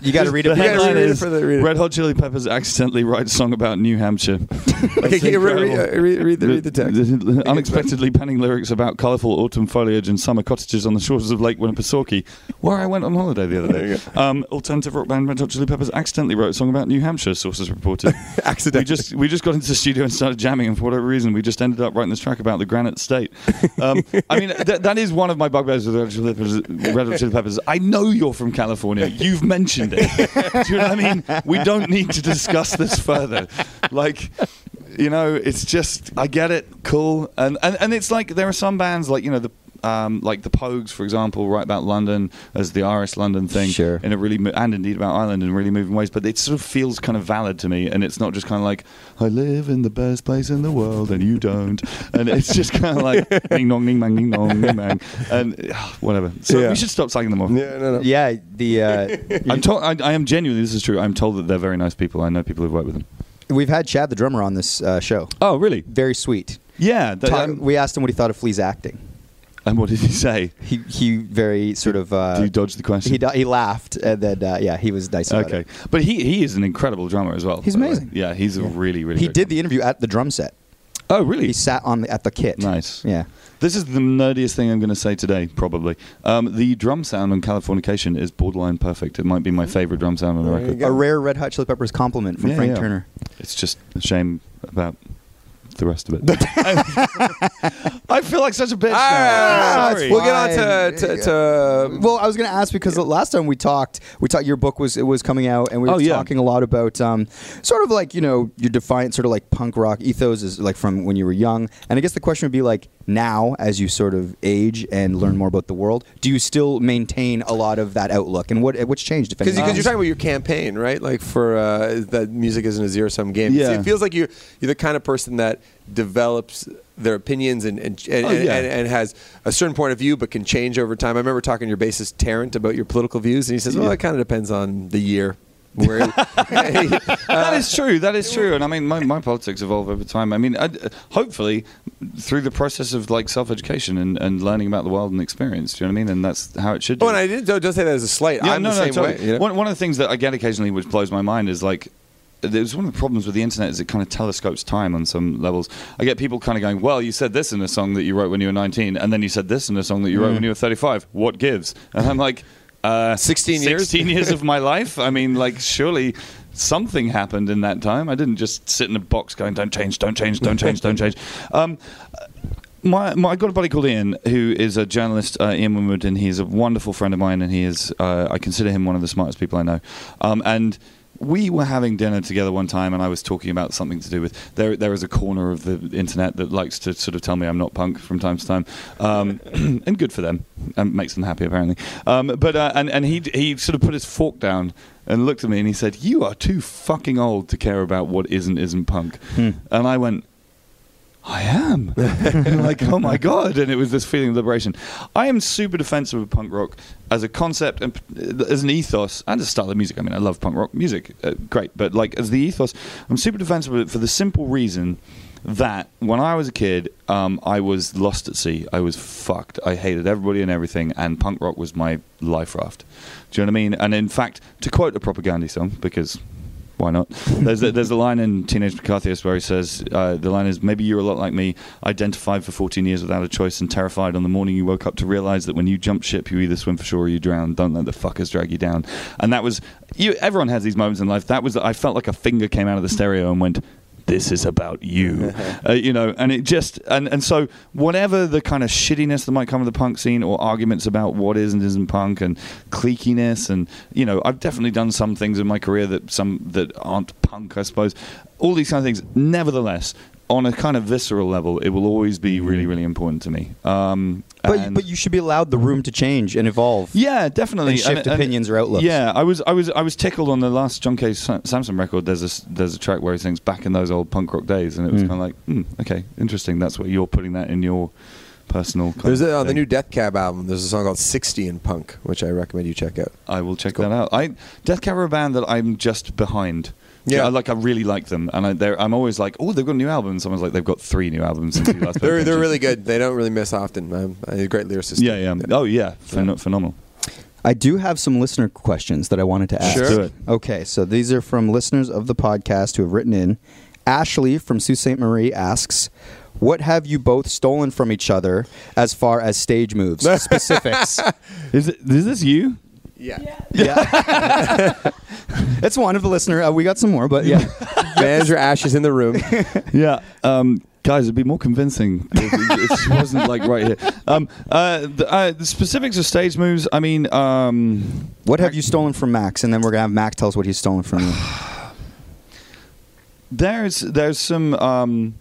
you got to read it. the for gotta headline read it is for the- read it. Red Hot Chili Peppers accidentally writes song about New Hampshire. Okay, That's can you re- re- incredible. uh, read- read the- read the text. unexpectedly penning lyrics about colourful autumn foliage and summer cottages on the shores of Lake Winnipesaukee, where I went on holiday the other day. Um, alternative rock band Red Hot Chili Peppers accidentally wrote a song about New Hampshire. Sources reported. Accidentally. We just we just got into the studio and started jamming, and for whatever reason, we just ended up writing this track about the Granite State. Um, I mean, th- that is one of my bugbears with Red Hot, Chili Peppers, Red Hot Chili Peppers. I know you're from California. You've mentioned it. Do you know what I mean? We don't need to discuss this further. Like, you know, it's just I get it, cool, and and, and it's like there are some bands like you know the. Um, like the Pogues, for example, write about London as the Irish London thing, Sure. in a really mo- and indeed about Ireland in really moving ways. But it sort of feels kind of valid to me, and it's not just kind of like I live in the best place in the world and you don't, and it's just kind of like ding dong, ding bang, ding dong, ding bang, and uh, whatever. So Yeah. we should stop slagging them off. Yeah, no, no. Yeah, the uh, I'm told. I, I am genuinely. This is true. I'm told that they're very nice people. I know people who've worked with them. we've had Chad the drummer on this uh, show. Oh, really? Very sweet. Yeah. th- Talk- um, we asked him what he thought of Flea's acting. and what did he say? He he very sort of uh, Did you dodge the question? he do- he laughed and then uh, yeah he was nice. About Okay, it. but he he is an incredible drummer as well. He's by the way. amazing. Yeah, he's a really really. He great did the interview at the drum set. drummer. Oh, really? He sat on the, at the kit. Nice. Yeah. This is the nerdiest thing I'm going to say today, probably. Um, the drum sound on Californication is borderline perfect. It might be my favorite drum sound on the There you record. go. A rare Red Hot Chili Peppers compliment from Yeah, Frank yeah. Turner. It's just a shame about the rest of it. I feel like such a bitch. All now. right, Ah, Sorry. we'll get on to, Fine. to, to Well, I was going to ask because the last time we talked, we talked your book was it was coming out, and we were Oh, yeah. talking a lot about um, sort of like you know your defiant sort of like punk rock ethos is like from when you were young, and I guess the question would be like now as you sort of age and learn more about the world, do you still maintain a lot of that outlook, and what what's changed if Because anything? you're talking about your campaign, right? Like for uh, that music isn't a zero sum game. Yeah. So it feels like you're you're the kind of person that develops their opinions and and, and, Oh, yeah. and and has a certain point of view, but can change over time. I remember talking to your bassist Tarrant about your political views, and he says, "Well, it kind of depends on the year." Where that is true. That is true. And I mean, my, my politics evolve over time. I mean, I, hopefully, through the process of like self education and, and learning about the world and experience. Do you know what I mean? And that's how it should. oh, be. and I didn't don't don't say that as a slight. Yeah, I'm no, the no, same totally. way. you know? One, one of the things that I get occasionally, which blows my mind, is like. There's one of the problems with the internet is it kind of telescopes time on some levels. I get people kind of going, "Well, you said this in a song that you wrote when you were 19, and then you said this in a song that you wrote when you were 35. What gives?" And I'm like, uh, 16 years? 16 years of my life. I mean, like, surely something happened in that time. I didn't just sit in a box going, "Don't change, don't change, don't change, don't change." Um, my, my, I got a buddy called Ian, who is a journalist, uh, Ian Winwood, and he's a wonderful friend of mine, and he is, uh, I consider him one of the smartest people I know. Um, and we were having dinner together one time, and I was talking about something to do with there. There is a corner of the internet that likes to sort of tell me I'm not punk from time to time, um, and good for them, and makes them happy apparently. Um, but uh, and and he he sort of put his fork down and looked at me, and he said, "You are too fucking old to care about what isn't isn't punk," and I went. I am. like, oh my God. And it was this feeling of liberation. I am super defensive of punk rock as a concept and p- as an ethos and as a style of music. I mean, I love punk rock music. Uh, great. But like, as the ethos, I'm super defensive of it for the simple reason that when I was a kid, um, I was lost at sea. I was fucked. I hated everybody and everything. And punk rock was my life raft. Do you know what I mean? And in fact, to quote a propaganda song, because why not? There's a, there's a line in Teenage McCarthyist where he says, uh, the line is, maybe you're a lot like me, identified for 14 years without a choice and terrified on the morning you woke up to realize that when you jump ship, you either swim for shore or you drown. Don't let the fuckers drag you down. And that was, you, everyone has these moments in life. That was, I felt like a finger came out of the stereo and went, this is about you, uh, you know, and it just and and so whatever the kind of shittiness that might come to the punk scene or arguments about what is and isn't punk and cliquiness and you know I've definitely done some things in my career that some that aren't punk I suppose, all these kind of things. Nevertheless, on a kind of visceral level, it will always be really really important to me. Um, but and- but you should be allowed the room to change and evolve. yeah, definitely. And shift opinions or outlooks. Yeah, I was, I was, I was tickled on the last John K. Sa- Samson record. There's a s- there's a track where he sings "Back in Those Old Punk Rock Days," and it was kind of like, mm, okay, interesting. That's what you're putting that in your personal. Kind There's of a, on the thing. new Death Cab album. There's a song called "60 in Punk," which I recommend you check out. I will check that out. I Death Cab are a band that I'm just behind. Yeah. I like I really like them, and I, they're, I'm always like, oh, they've got a new album. Someone's like, they've got three new albums since you last. paid They're they're attention." really good. They don't really miss often. Um, a great lyricist. Yeah, yeah. Oh, yeah. Phen- Phenomenal. I do have some listener questions that I wanted to ask. Sure. Let's do it. Okay, so these are from listeners of the podcast who have written in. Ashley from Sault Ste. Marie asks, What have you both stolen from each other as far as stage moves? Specifics. Is it, is this you? yeah. yeah. That's one of the listener. Uh, we got some more, but yeah. Manager Ash is in the room. Yeah, um, guys, it'd be more convincing if it just wasn't like right here. Um, uh, the, uh, the specifics of stage moves. I mean, um, What have you stolen from Max? And then we're going to have Max tell us what he's stolen from you. there's there's some. Um,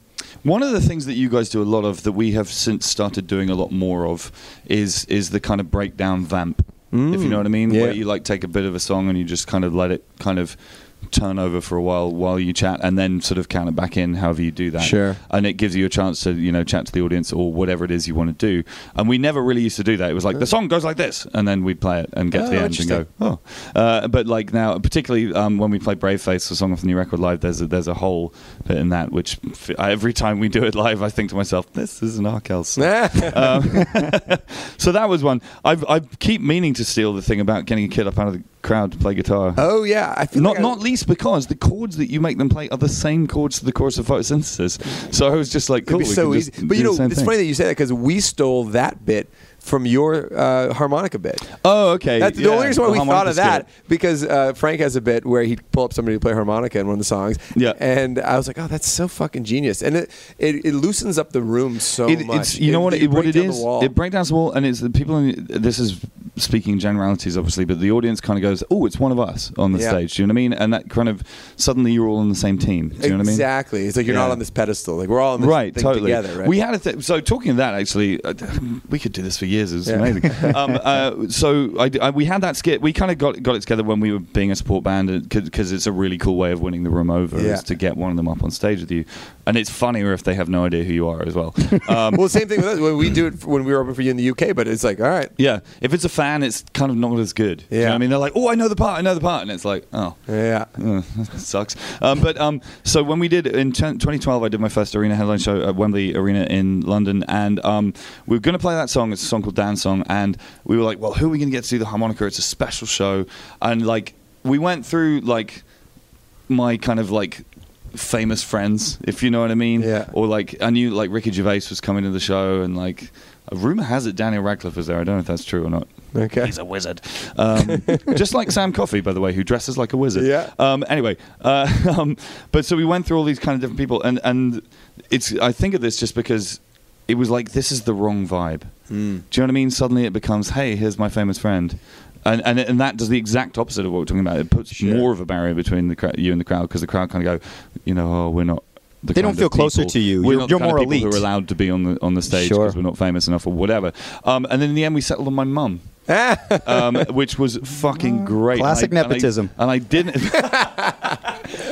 one of the things that you guys do a lot of that we have since started doing a lot more of is is the kind of breakdown vamp, if you know what I mean. Mm, yeah. Where you like take a bit of a song and you just kind of let it kind of turn over for a while while you chat and then sort of count it back in however you do that. Sure. and it gives you a chance to you know chat to the audience or whatever it is you want to do. And we never really used to do that. It was like the song goes like this, and then we'd play it and get to Oh, the end and interesting. go, oh. Uh, but like now, particularly um, when we play Brave Face, the song off the new record live, there's a, there's a whole bit in that which f- every time we do it live, I think to myself, this is an Arkell song. Um, so that was one. I've, I keep meaning to steal the thing about getting a kid up out of the crowd to play guitar. oh yeah, I feel Not, like I- not least because the chords that you make them play are the same chords to the chorus of photosynthesis. So I was just like, It'd cool. be we so can easy. just But you do the know, same it's thing. funny that you say that because we stole that bit from your uh, harmonica bit. Oh, okay. That's the yeah, only reason why the we thought harmonica of that skit. because uh, Frank has a bit where he'd pull up somebody to play harmonica in one of the songs. Yeah. and I was like, oh, that's so fucking genius, and it it, it loosens up the room so It- much. It's, you know what it, what breaks it down the is. wall. It breaks down the wall, and it's the people. In, this is speaking generalities, obviously, but the audience kind of goes, "Oh, it's one of us on the Yeah. stage." Do you know what I mean? And that kind of suddenly you're all on the same team. Do you know what I mean? Exactly. It's like you're not Yeah. on this pedestal. Like we're all on this right, thing totally. together. Right. We had a th- so talking of that actually, uh, we could do this for years. It was Yeah. amazing. um, uh, so I, I- we had that skit. We kind of got got it together when we were being a support band because it's a really cool way of winning the room over Yeah. is to get one of them up on stage with you, and it's funnier if they have no idea who you are as well. Um, well, same thing with us. When we do it when we were open for you in the UK, but it's like, all right, Yeah, if it's a fan, it's kind of not as good. Do you know Yeah. what I mean, they're like, "Oh, I know the part, I know the part," and it's like, "Oh, yeah. uh, sucks." Um, but um, so when we did in 10 2012, I did my first arena headline show at Wembley Arena in London, and um, we were going to play that song. It's a song called "Dance Song," and we were like, "Well, who are we going to get to do the harmonica?" It's a special show, and like we went through like my kind of like famous friends, if you know what I mean. Yeah. Or like I knew like Ricky Gervais was coming to the show, and like a rumor has it Daniel Radcliffe was there. I don't know if that's true or not. Okay. He's a wizard, um, just like Sam Coffey, by the way, who dresses like a wizard. Yeah. Um, anyway, uh, um, but so we went through all these kind of different people, and and it's I think of this just because it was like this is the wrong vibe. Hmm. Do you know what I mean? Suddenly it becomes, hey, here's my famous friend. And, and, and that does the exact opposite of what we're talking about. It puts more of a barrier between the crowd, you and the crowd because the crowd kind of go, you know, oh, we're not. The They kind don't feel of closer people- to you. We're You're- not you're the kind more of people elite." who are allowed to be on the on the stage Sure. because we're not famous enough or whatever. Um, and then in the end, we settled on my mum, um, which was fucking great. And Classic I- and I- nepotism. and I didn't.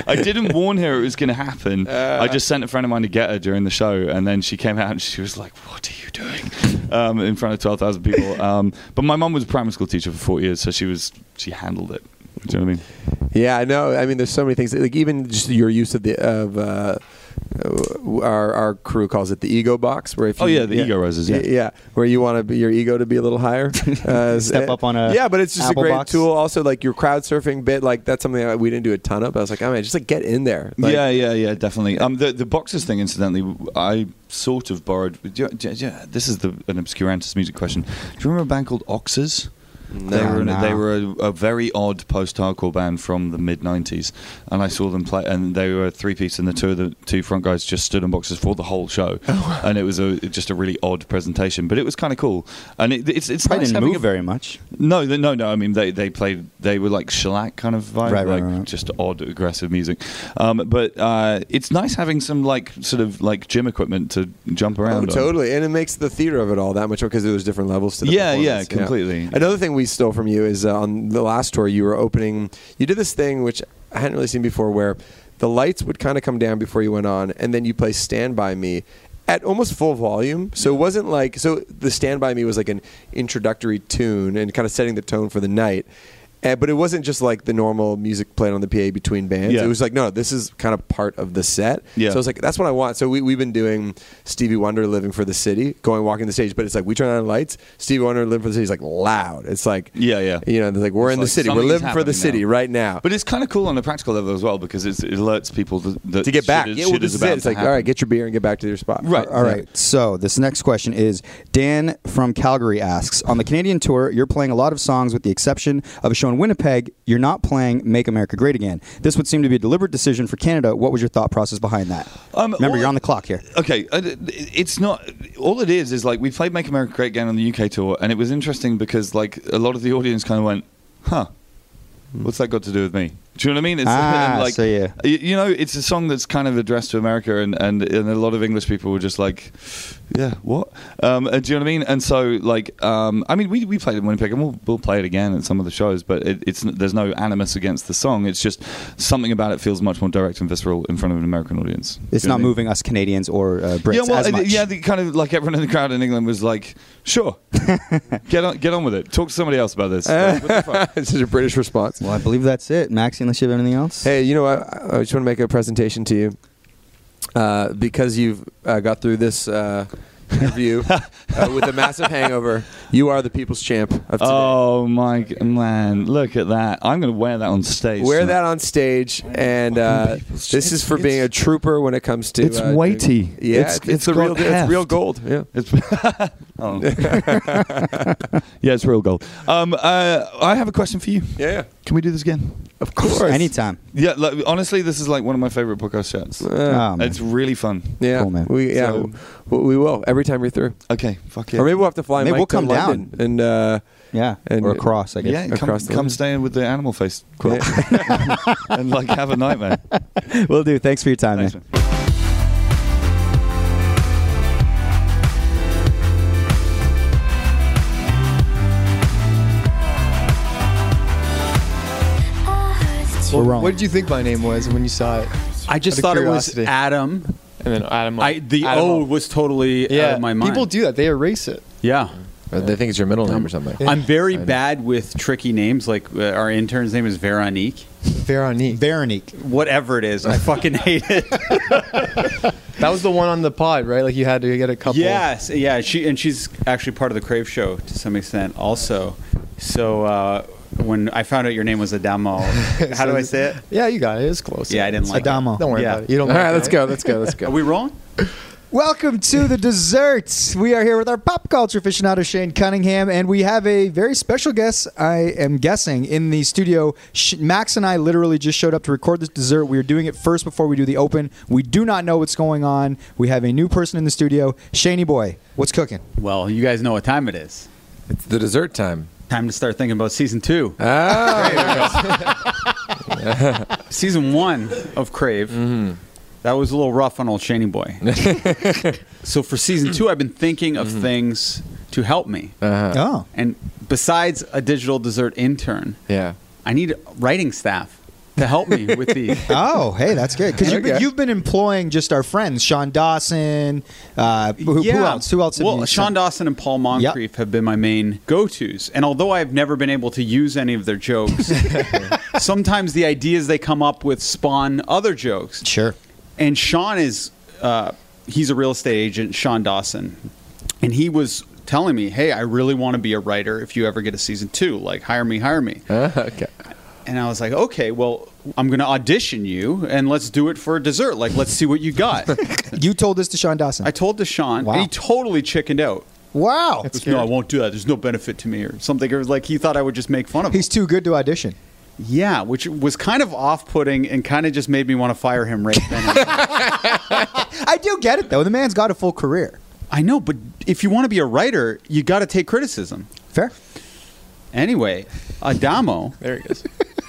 I didn't warn her it was going to happen. I just sent a friend of mine to get her during the show, and then she came out and she was like, "What are you doing?" Um, in front of twelve thousand people. Um, but my mum was a primary school teacher for four years, so she was she handled it. Do you know what I mean? Yeah, I know. I mean, there's so many things. Like even just your use of the of uh, uh, our our crew calls it the ego box, where if Oh, you- yeah, the ego roses, yeah. where you want to be, your ego to be a little higher. Uh, Step up on a yeah, but it's just Apple a great box. tool. Also, like your crowd surfing bit, like that's something that we didn't do a ton of. But I was like, oh man, just like get in there. Like, yeah, yeah, yeah, definitely. Um, the the boxes thing, incidentally, I sort of borrowed. Do you, do you- do you- this is the, an obscurantist music question. Do you remember a band called Oxers? they No. were No. they were a, a very odd post-hardcore band from the mid '90s, and I saw them play. And they were a three-piece, and the two of the two front guys just stood on boxes for the whole show, and it was a just a really odd presentation, but it was kind of cool. And it, it's it's Probably nice didn't having move a- very much. no, th- no, no. I mean, they, they played. They were like shellac kind of Right, vibe, right, like right, right. just odd, aggressive music. Um, but uh, it's nice having some like sort of like gym equipment to jump Oh, around. on. totally, and it makes the theater of it all that much because there's different levels to the Yeah, yeah, performance, completely. Another thing we stole from you is uh, on the last tour you were opening. You did this thing which I hadn't really seen before, where the lights would kind of come down before you went on, and then you play "Stand by Me" at almost full volume. So it wasn't like so the "Stand by Me" was like an introductory tune and kind of setting the tone for the night. Uh, but it wasn't just like the normal music played on the PA between bands. Yeah. It was like, no, this is kind of part of the set. Yeah. So I was like, that's what I want. So we, we've been doing Stevie Wonder living for the city, going walking the stage, but it's like we turn on lights, Stevie Wonder living for the city is like loud. It's like Yeah, yeah. You know, it's like we're It's in like the city. We're something's living for the happening city now. right now. But it's kind of cool on a practical level as well because it's, it alerts people that, that to get shit back. is- yeah, well, shit this is is about it. It's to like, all happen. right, get your beer and get back to your spot. Right. All right. So this next question is Dan from Calgary asks On the Canadian tour, you're playing a lot of songs with the exception of a show in Winnipeg. You're not playing Make America Great Again. This would seem to be a deliberate decision for Canada. What was your thought process behind that? Um, Remember, well- you're on the clock here. okay, uh, th- it's not. All it is is like we played "Make America Great Again" on the UK tour, and it was interesting because like a lot of the audience kind of went, "Huh, what's that got to do with me?" Do you know what I mean? It's Hmm. Ah, and, like so yeah. y- you know, it's a song that's kind of addressed to America, and and, and a lot of English people were just like, "Yeah, what?" Um, uh, do you know what I mean? And so like, um, I mean, we, we played it in Winnipeg, and we'll we'll play it again at some of the shows, but it, it's n- there's no animus against the song. It's just something about it feels much more direct and visceral in front of an American audience. Do It's you know not what I mean? moving us Canadians or uh, Brits yeah, well, as and, much. yeah, the kind of like everyone in the crowd in England was like, "Sure, get on, get on with it. Talk to somebody else about this." Like, what the fuck? It's just a British response. well, I believe that's it. Maxie, unless you have anything else? Hey, you know what? I I just want to make a presentation to you. Uh, because you've uh, got through this uh, interview uh, with a massive hangover, you are the people's champ of today. Oh my g- man, look at that! I'm gonna wear that on stage. Wear tonight. that on stage, and uh, people's this is champ. for being a It's- trooper when it comes to. it's uh, doing- weighty. yeah, It's- it's, it's the real got deal. It's real heft. gold. Yeah. It's- Oh. yeah, it's real gold. Um, uh, I have a question for you. Yeah. Can we do this again? Of course. Anytime. Yeah, like, honestly, this is like one of my favorite podcast chats. Oh, man. It's really fun. Yeah. Cool, man. We yeah. So- w- we will every time you're through. Okay, fuck yeah. Or maybe we'll have to fly. Maybe Mike we'll to come down. London and uh, yeah. And- or across, I guess. yeah, come, across the come list. stay with the animal face quilt yeah. and like have a nightmare. Will do. Thanks for your time, Thanks, man. man. We're wrong. What did you think my name was when you saw it? I just Out of thought it curiosity. was Adam. And then Adam. I the Adam O was totally out Yeah, of my mind. people do that. They erase it. Yeah. Or they think it's your middle name or something. I'm very bad with tricky names. Like uh, our intern's name is Veronique. Veronique. Veronique. Whatever it is, I fucking hate it. That was the one on the pod, right? Like you had to get a couple. Yes, yeah. She and she's actually part of the Crave Show to some extent, also. So uh, when I found out your name was Adamo, how do I say it? Yeah, you got it. It's close. Yeah, I didn't like. Adamo. Don't worry Yeah. about it. You don't. All like right, it, let's right? go. Let's go. Let's It. Are go. we wrong? Welcome to the desserts. We are here with our pop culture aficionado Shane Cunningham, and we have a very special guest. I am guessing in the studio. Sh- Max and I literally just showed up to record this dessert. We are doing it first before we do the open. We do not know what's going on. We have a new person in the studio. Shaney boy, what's cooking? Well, you guys know what time it is. It's the dessert time. Time to start thinking about season two, Ah. season one of Crave. Mm-hmm. That was a little rough on old Shaney boy. so for season two, I've been thinking of Mm-hmm. things to help me, Uh-huh. Oh, and besides a digital dessert intern, Yeah. I need writing staff to help me with these. oh, hey, that's good because you've, been Okay. you've been employing just our friends, Sean Dawson. Uh, who, who else? Who else? have Well, you- Sean Dawson and Paul Moncrief have been my main go-tos, and although I've never been able to use any of their jokes, sometimes the ideas they come up with spawn other jokes. Sure. And Sean is uh, he's a real estate agent, Sean Dawson, and he was telling me, "Hey, I really want to be a writer. If you ever get a season two, like hire me, hire me." okay. And I was like, okay, well, I'm going to audition you and let's do it for a dessert. Like, let's see what you got. You told this to Sean Dawson. I told Deshaun, Wow. and he totally chickened out. wow, He goes, no, I won't do that. There's no benefit to me or something. It was like he thought I would just make fun of him. he's too good to audition. Yeah, which was kind of off putting and kind of just made me want to fire him right then. and there. I do get it though. The man's got a full career. I know, but if you want to be a writer, you got to take criticism. Fair. Anyway, Adamo There it goes.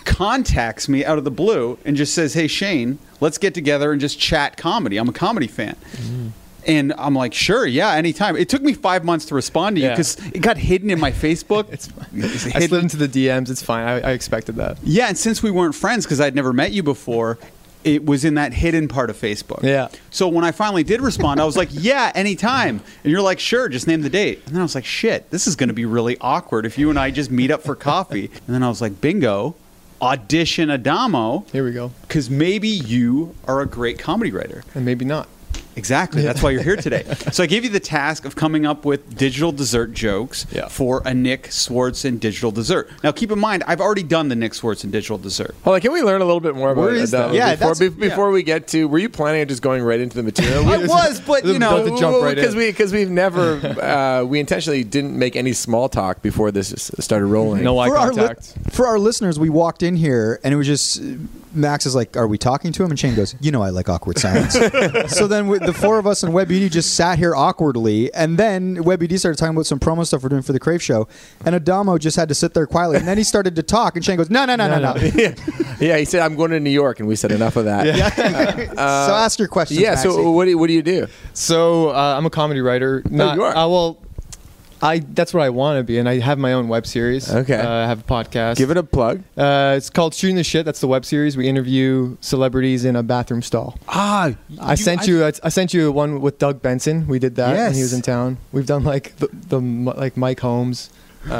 contacts me out of the blue and just says, "Hey Shane, let's get together and just chat comedy. I'm a comedy fan." Mm-hmm. And I'm like, "Sure, yeah, anytime." It took me 5 months to respond to you Yeah. cuz it got hidden in my Facebook. It's fine. It's I slid hidden. into the DMs. It's fine. I, I expected that. Yeah, and since we weren't friends cuz I'd never met you before, it was in that hidden part of Facebook. Yeah. So when I finally did respond, I was like, "Yeah, anytime." And you're like, "Sure, just name the date." And then I was like, "Shit, this is going to be really awkward if you and I just meet up for coffee." And then I was like, "Bingo, audition Adamo." Here we go. Because maybe you are a great comedy writer. And maybe not. Exactly. That's why you're here today. So I gave you the task of coming up with digital dessert jokes Yeah. for a Nick Swartzen digital dessert. Now, keep in mind, I've already done the Nick Swartzen digital dessert. Hold on. Can we learn a little bit more about Where is Adamo that? Yeah, Before, that's- be- before we get to, were you planning on just going right into the material? I was, but, you know, About to jump right because in. we because we've never uh, we intentionally didn't make any small talk before this s- started rolling. No eye our li- contact. for our listeners, we walked in here and it was just Max is like, "Are we talking to him?" And Shane goes, "You know, I like awkward silence." so then we, the four of us and WebED just sat here awkwardly, and then WebED started talking about some promo stuff we're doing for the Crave Show, and Adamo just had to sit there quietly, and then he started to talk, and Shane goes, "No, no, no, no, no." yeah. yeah, he said I'm going to New York, and we said enough of that. Yeah. so ask your questions. yeah. Maxie. So what do you, what do you do? So uh, I'm a comedy writer. Not, you are. Uh, well, I that's what I want to be, and I have my own web series. Okay. Uh, I have a podcast. Give it a plug. Uh, it's called Shooting the Shit. That's the web series. We interview celebrities in a bathroom stall. Ah, I sent you. I, I sent you one with Doug Benson. We did that when he Yes. was in town. We've done like the, the M- like Mike Holmes.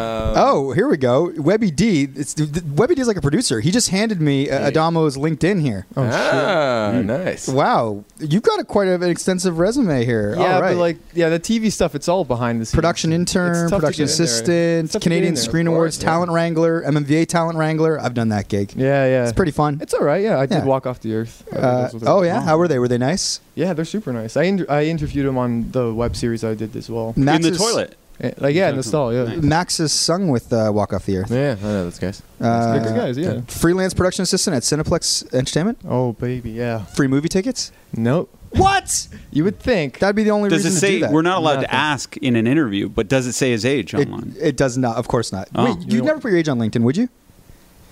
Oh, here we go. Webby D. It's Webby D is like a producer. He just handed me uh, Adamo's LinkedIn here. Oh ah, nice. Wow, you've got a quite an extensive resume here. shit. Yeah, All right. but like yeah, the TV stuff. It's all behind the scenes. production intern, It's tough to production get in there. assistant, It's tough to get Canadian in there, of Screen course, Awards yeah. talent wrangler, MMVA talent wrangler. I've done that gig. Yeah, yeah. It's pretty fun. It's all right. Yeah, I did Yeah. walk off the earth. I did Uh, those with oh them. yeah, how were they? Were they nice? Yeah, they're super nice. I inter- I interviewed him on the web series I did as well. Max in the is- toilet. Eh, Like yeah, in the stall. Yeah, Max has sung with uh, Walk Off the Earth. Yeah, I know those guys. Uh, They're good guys. Yeah. Freelance production assistant at Cineplex Entertainment. Oh baby, yeah. Free movie tickets. Nope. What? You would think. That'd be the only Does it reason to do say that. we're not allowed to Nothing. ask in an interview? But does it say his age It, online? it does not. Of course not. Oh. Wait, you'd never put your age on LinkedIn, would you?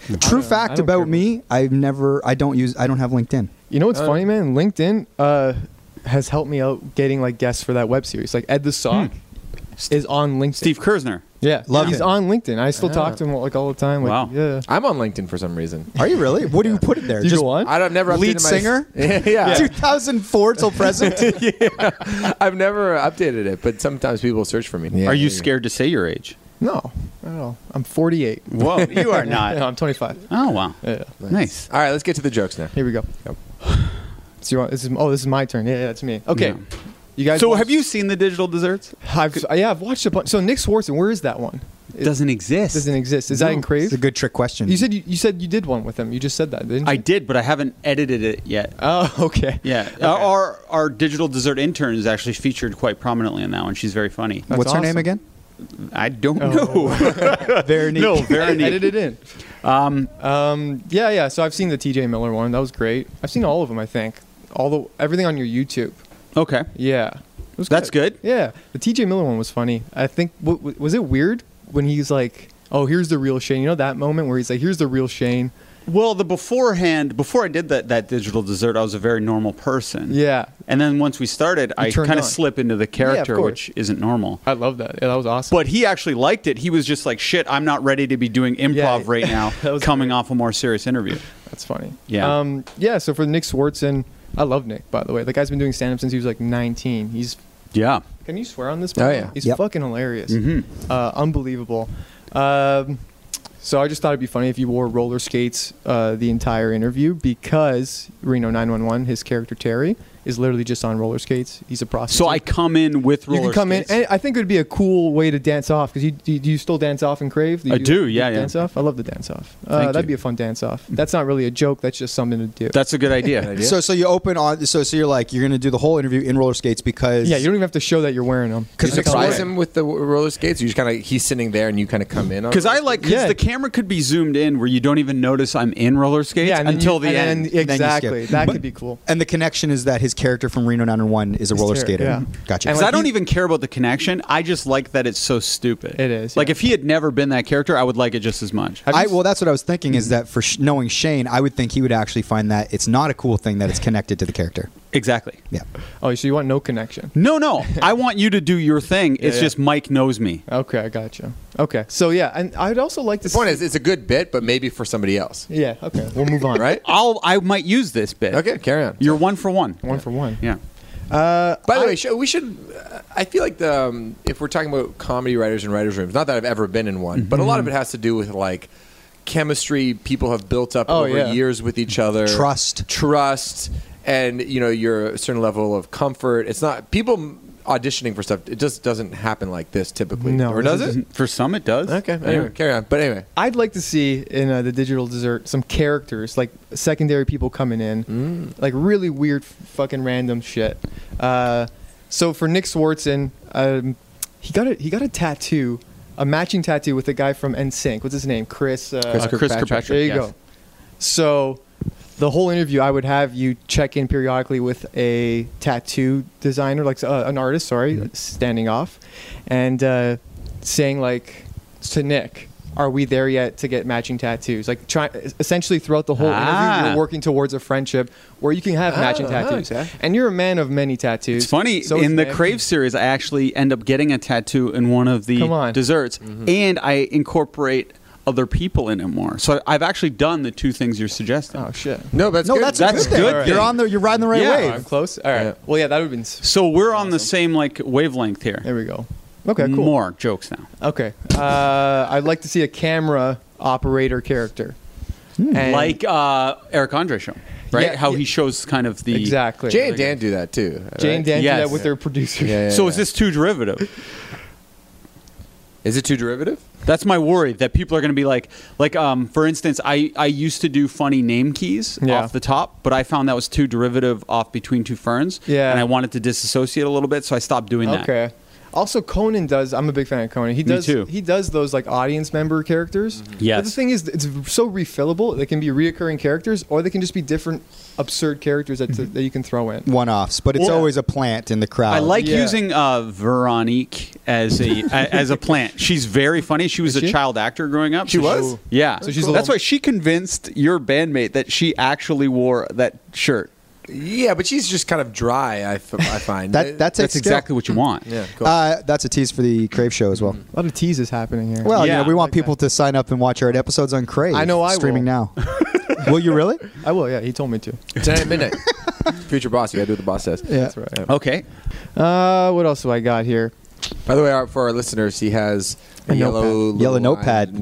True I don't- I fact don't care. about me, I've never. I don't use. I don't have LinkedIn. You know what's Uh, funny, man? LinkedIn uh, has helped me out getting like guests for that web series. Like Ed the Sock is on LinkedIn. Steve Kersner. yeah, Love he's it. on LinkedIn. I still talk Yeah. to him like all the time. Like, Wow. yeah. I'm on LinkedIn for some reason. Are you really? What do you put it there? You go on? I don't never Lead updated my- singer? yeah, yeah. 2004 till present. I've never updated it, but sometimes people search for me. Yeah. Are you scared to say your age? No, not at all. I'm 48. Whoa, you are No, not. I'm 25. Oh wow, Yeah. nice. All right, let's get to the jokes now. Here we go. Yep. So you want, this is, oh, this is my turn. Yeah, yeah, it's me. Okay. Yeah. You guys. So watched- have you seen the digital desserts? I've, yeah, I've watched a bunch. So Nick Swartzen, where is that one? It Doesn't exist. doesn't exist. Is that in Crave? It's a good trick question. you said you, you said you did one with him. You just said that, didn't I you? did, but I haven't edited it yet. Oh, okay. Yeah, Uh, Our- our our digital dessert intern is actually featured quite prominently in that one. She's very funny. That's What's her name awesome. again? I don't Oh. know. Veronique. no, very neat. Edit it in. Um, Um, yeah, yeah. So I've seen the TJ Miller one. That was great. I've seen all of them. I think all the everything on your YouTube. okay, Yeah, It was that's good. Yeah, the TJ Miller one was funny. I think w- w- was it weird when he's like, "Oh, here's the real Shane." You know that moment where he's like, "Here's the real Shane." Well, the beforehand, before I did that that digital dessert, I was a very normal person. Yeah, And then once we started, I turned kind of on. slip into the character, course. which isn't normal. I love that. Yeah, that was awesome. But he actually liked it. He was just like, "Shit, I'm not ready to be doing improv Yeah. right now." That was coming great. off a more serious interview. That's funny. Yeah. Um, yeah. So for Nick Swartzen, I love Nick. By the way, the guy's been doing stand up since he was like 19. He's Yeah. Can you swear on this? Oh, by the yeah. way? he's Yep. fucking hilarious, Mhm. uh, unbelievable. Um, so I just thought it'd be funny if you wore roller skates uh, the entire interview because Reno 911, his character Terry, is literally just on roller skates. He's a prostitute. So I come in with you roller can come skates. in, and I think it would be a cool way to dance off because you do, do you still dance off in Crave? you I do, yeah, yeah. Dance off. I love the dance off. Uh, Thank that'd you. be a fun dance off. That's not really a joke. That's just something to do. That's a good idea. Good idea. So so you open on. So so you're like you're gonna do the whole interview in roller skates because yeah, you don't even have to show that you're wearing them. 'Cause You Nick surprise Swartzen- him with the w- roller skates. You just kind of he's sitting there and you kind of come in on. Because it? I like because Yeah. the camera could be zoomed in where you don't even notice I'm in roller skates Yeah, and then until you- the and end. then- exactly. That could be cool. And the connection is that his character from Reno 911 is a He's roller Terry, skater. yeah. Gotcha. And Because like I don't he- even care about the connection. I just like that it's so stupid. It is, Like yeah. if he had never been that character, I would like it just as much. Have you I, s- well, that's what I was thinking is that for sh- knowing Shane, I would think he would actually find that it's not a cool thing that it's connected to the character. Exactly. Yeah. Oh, so you want no connection? No, no. I want you to do your thing. It's yeah. just Mike knows me. Okay, I gotcha. Okay, so yeah, and I'd also like to. the point see- is it's a good bit, but maybe for somebody else, yeah. Okay, we'll move on. right? I'll I might use this bit. Okay, carry on. You're one for one. One for one. Yeah. Uh, By the I- way, sh- we should. Uh, I feel like the um, if we're talking about comedy writers and writers rooms, not that I've ever been in one, but a lot of it has to do with like chemistry people have built up Oh, over yeah. years with each other, Trust. trust, and you know your certain level of comfort. It's not people auditioning for stuff. It just doesn't happen like this typically. No, or this does it? For some it does. Okay. Anyway, carry on. But anyway, I'd like to see in uh, the digital dessert some characters like secondary people coming in, like really weird, f- fucking random shit. Uh, so for Nick Swartzen, um, he got a he got a tattoo, a matching tattoo with a guy from NSYNC. What's his name? Chris. Uh, Chris Uh, Chris Kirkpatrick. Kirkpatrick, There you yes. go. So the whole interview, I would have you check in periodically with a tattoo designer, like uh, an artist, sorry, Mm-hmm. standing off, and uh, saying like to Nick, "Are we there yet to get matching tattoos?" Like try essentially throughout the whole interview, Ah. Oh, you're working towards a friendship where you can have matching Ah, tattoos, okay. and you're a man of many tattoos. It's funny So is in the Nick. Crave series, I actually end up getting a tattoo in one of Come the on. Mm-hmm. desserts, and I incorporate other people in it more. So I've actually done the two things you're suggesting. Oh shit! no, that's no, good. that's, That's a good. thing. good You're thing. on the. You're riding the right Yeah. Oh, wave. I'm close. All right. Yeah. Well, yeah, that would have been. s- So we're on the same like wavelength here. There we go. Okay, cool. More jokes now. Okay. Uh, I'd like to see a camera operator character. And- like uh, Eric Andre show, right? Yeah, How yeah. he shows kind of the exactly. Jay and Dan do that too. Jay and Dan do Yes. that with their producer. Yeah, yeah, So yeah. is this too derivative? Is it too derivative? That's my worry that people are going to be like, like um, for instance, I I used to do funny name keys Yeah. off the top, but I found that was too derivative off between two ferns. Yeah. and I wanted to disassociate a little bit, so I stopped doing that. Okay. Also, Conan does. I'm a big fan of Conan. He does. too. He does those like audience member characters. But the Yes. thing is, it's so refillable. They can be reoccurring characters, or they can just be different absurd characters that, that you can throw in. one-offs, but it's Yeah. always a plant in the crowd. I like Oh, Yeah. using uh, Veronique as a a- as a plant. She's very funny. She was Is a she? child actor growing up. She So was? she- yeah. So she's a that's little- why she convinced your bandmate that she actually wore that shirt. Yeah, but she's just kind of dry. I, f- I find That- that takes That's skill. exactly what you Mm-hmm. want. yeah. Cool. Mm-hmm. Uh, that's a tease for the Crave show as well. A lot of teases happening here. Well, Yeah. you know, we want people to sign up and watch our episodes on Crave. I know I streaming now. will you really? I will. Yeah, he told me to. Tonight at midnight. Future boss, you gotta do what the boss says. Yeah. That's right. Okay. Uh, what else do I got here? By the way, our, for our listeners, he has a, A yellow notepad. little Yellow line- notepad.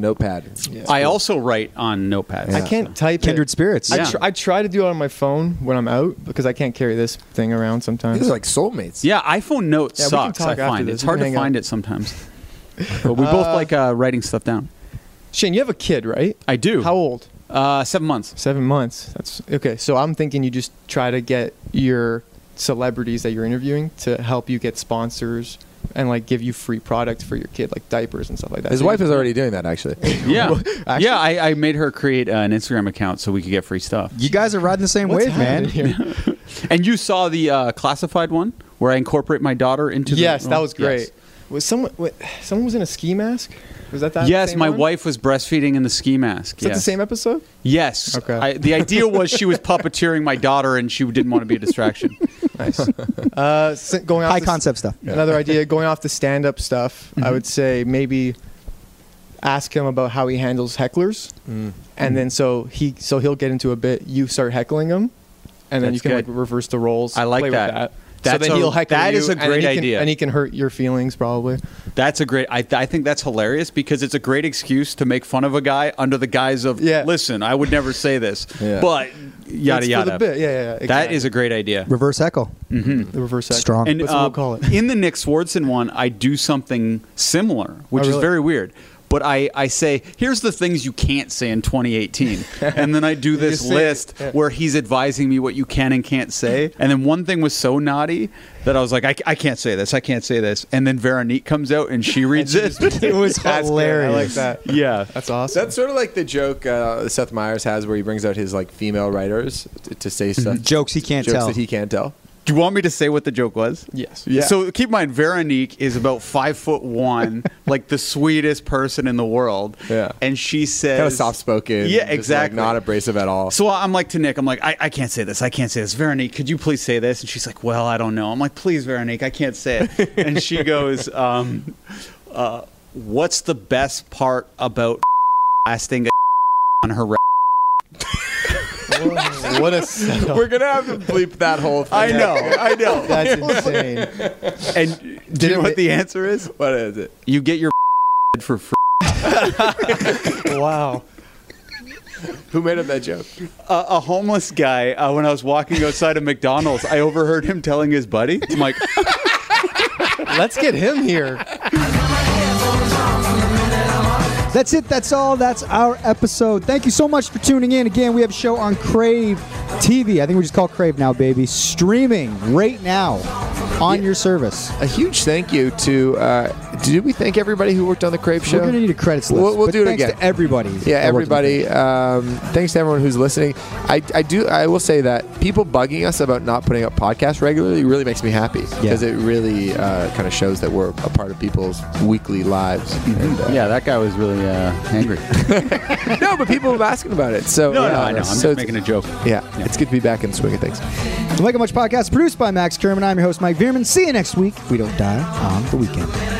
Notepad. I also write on notepads. I can't type Kindred it. spirits. I, Yeah. tr- I try to do it on my phone when I'm out because I can't carry this thing around sometimes. These are like soulmates. Yeah, iPhone notes Yeah, we can sucks. talk I after find this. it's We hard can to hang find out. it sometimes. But we both like uh, writing stuff down. Shane, you have a kid, right? I do. How old? Uh, seven months. Seven months. That's okay. So I'm thinking you just try to get your celebrities that you're interviewing to help you get sponsors and like give you free product for your kid, like diapers and stuff like that. His So wife you- is already doing that, actually. Yeah, Actually- yeah. I, I made her create uh, an Instagram account so we could get free stuff. You guys are riding the same What's wave, man. happening here? And you saw the uh, classified one where I incorporate my daughter into. the yes, that role? was great. Yes. Was someone? Wait, someone was in a ski mask. Was that that? Yes, same my one? wife was breastfeeding in the ski mask. Is that yes. the same episode? Yes. Okay. I, the idea was she was puppeteering my daughter, and she didn't want to be a distraction. Nice. uh, s- going off High the- concept stuff. Another idea, going off the stand-up stuff, Mm-hmm. I would say maybe ask him about how he handles hecklers, Mm-hmm. and then so he so he'll get into a bit. You start heckling him, and then That's you can good. like reverse the roles. I like play that. With that. That's so then a- he'll heckle that you, is a and then great he can- idea. Mm-hmm. and he can hurt your feelings probably. That's a great. I, I think that's hilarious because it's a great excuse to make fun of a guy under the guise of, Yeah. listen, I would never say this, Yeah. but yada It's for yada. The bit. Yeah, yeah, yeah, That exactly. is a great idea. Reverse heckle. the reverse heckle. Strong. That's what uh, we'll call it. in the Nick Swardson one, I do something similar, which Oh, is really? very weird. But I, I say, here's the things you can't say in 2018. and then I do this say it, list yeah. where he's advising me what you can and can't say. And then one thing was so naughty that I was like, I, I can't say this. I can't say this. And then Veronique comes out and she reads it. It was That's good. I like hilarious. that. yeah. That's awesome. That's sort of like the joke uh, Seth Meyers has where he brings out his like female writers to, to say stuff. Jokes he can't jokes tell. that he can't tell. Do you want me to say what the joke was? Yes. Yeah. So keep in mind, Veronique is about five foot one, like the sweetest person in the world. Yeah. And she says, Kind of soft spoken. Yeah, exactly. not abrasive at all. So I'm like to Nick, I'm like, I, I can't say this. I can't say this. Veronique, could you please say this? And she's like, Well, I don't know. I'm like, Please, Veronique, I can't say it. And she goes, um, uh, What's the best part about lasting a on her? Re- what a setup. We're gonna have to bleep that whole thing. I know, I know. That's insane. And do you know it- what the answer is? What is it? You get your for free. wow. Who made up that joke? a, a homeless guy uh, when I was walking outside of McDonald's. I overheard him telling his buddy, "I'm like, Let's get him here. That's it. That's all. That's our episode. Thank you so much for tuning in. Again, we have a show on Crave TV. I think we just call it Crave now, baby. Streaming right now on your service. A huge thank you to. Uh, did we thank everybody who worked on the Crave Show? We're gonna need a credits list. We'll- we'll but do it thanks again. To everybody. that worked Yeah, on the Crave. everybody. Um, thanks to everyone who's listening. I, I do. I will say that people bugging us about not putting up podcasts regularly really makes me happy because it really uh, kind of shows that we're a part of people's weekly lives. Mm-hmm. And, uh, "Yeah, that guy was really uh, angry." no, but people have been asking about it. So No, yeah, no, I know. I'm so just it's- making a joke. Yeah, it's good to be back in the swing of things. The Mega Much Podcast, is produced by Max Kerman. I'm your host, Mike Vierman. See you next week. We don't die on the weekend.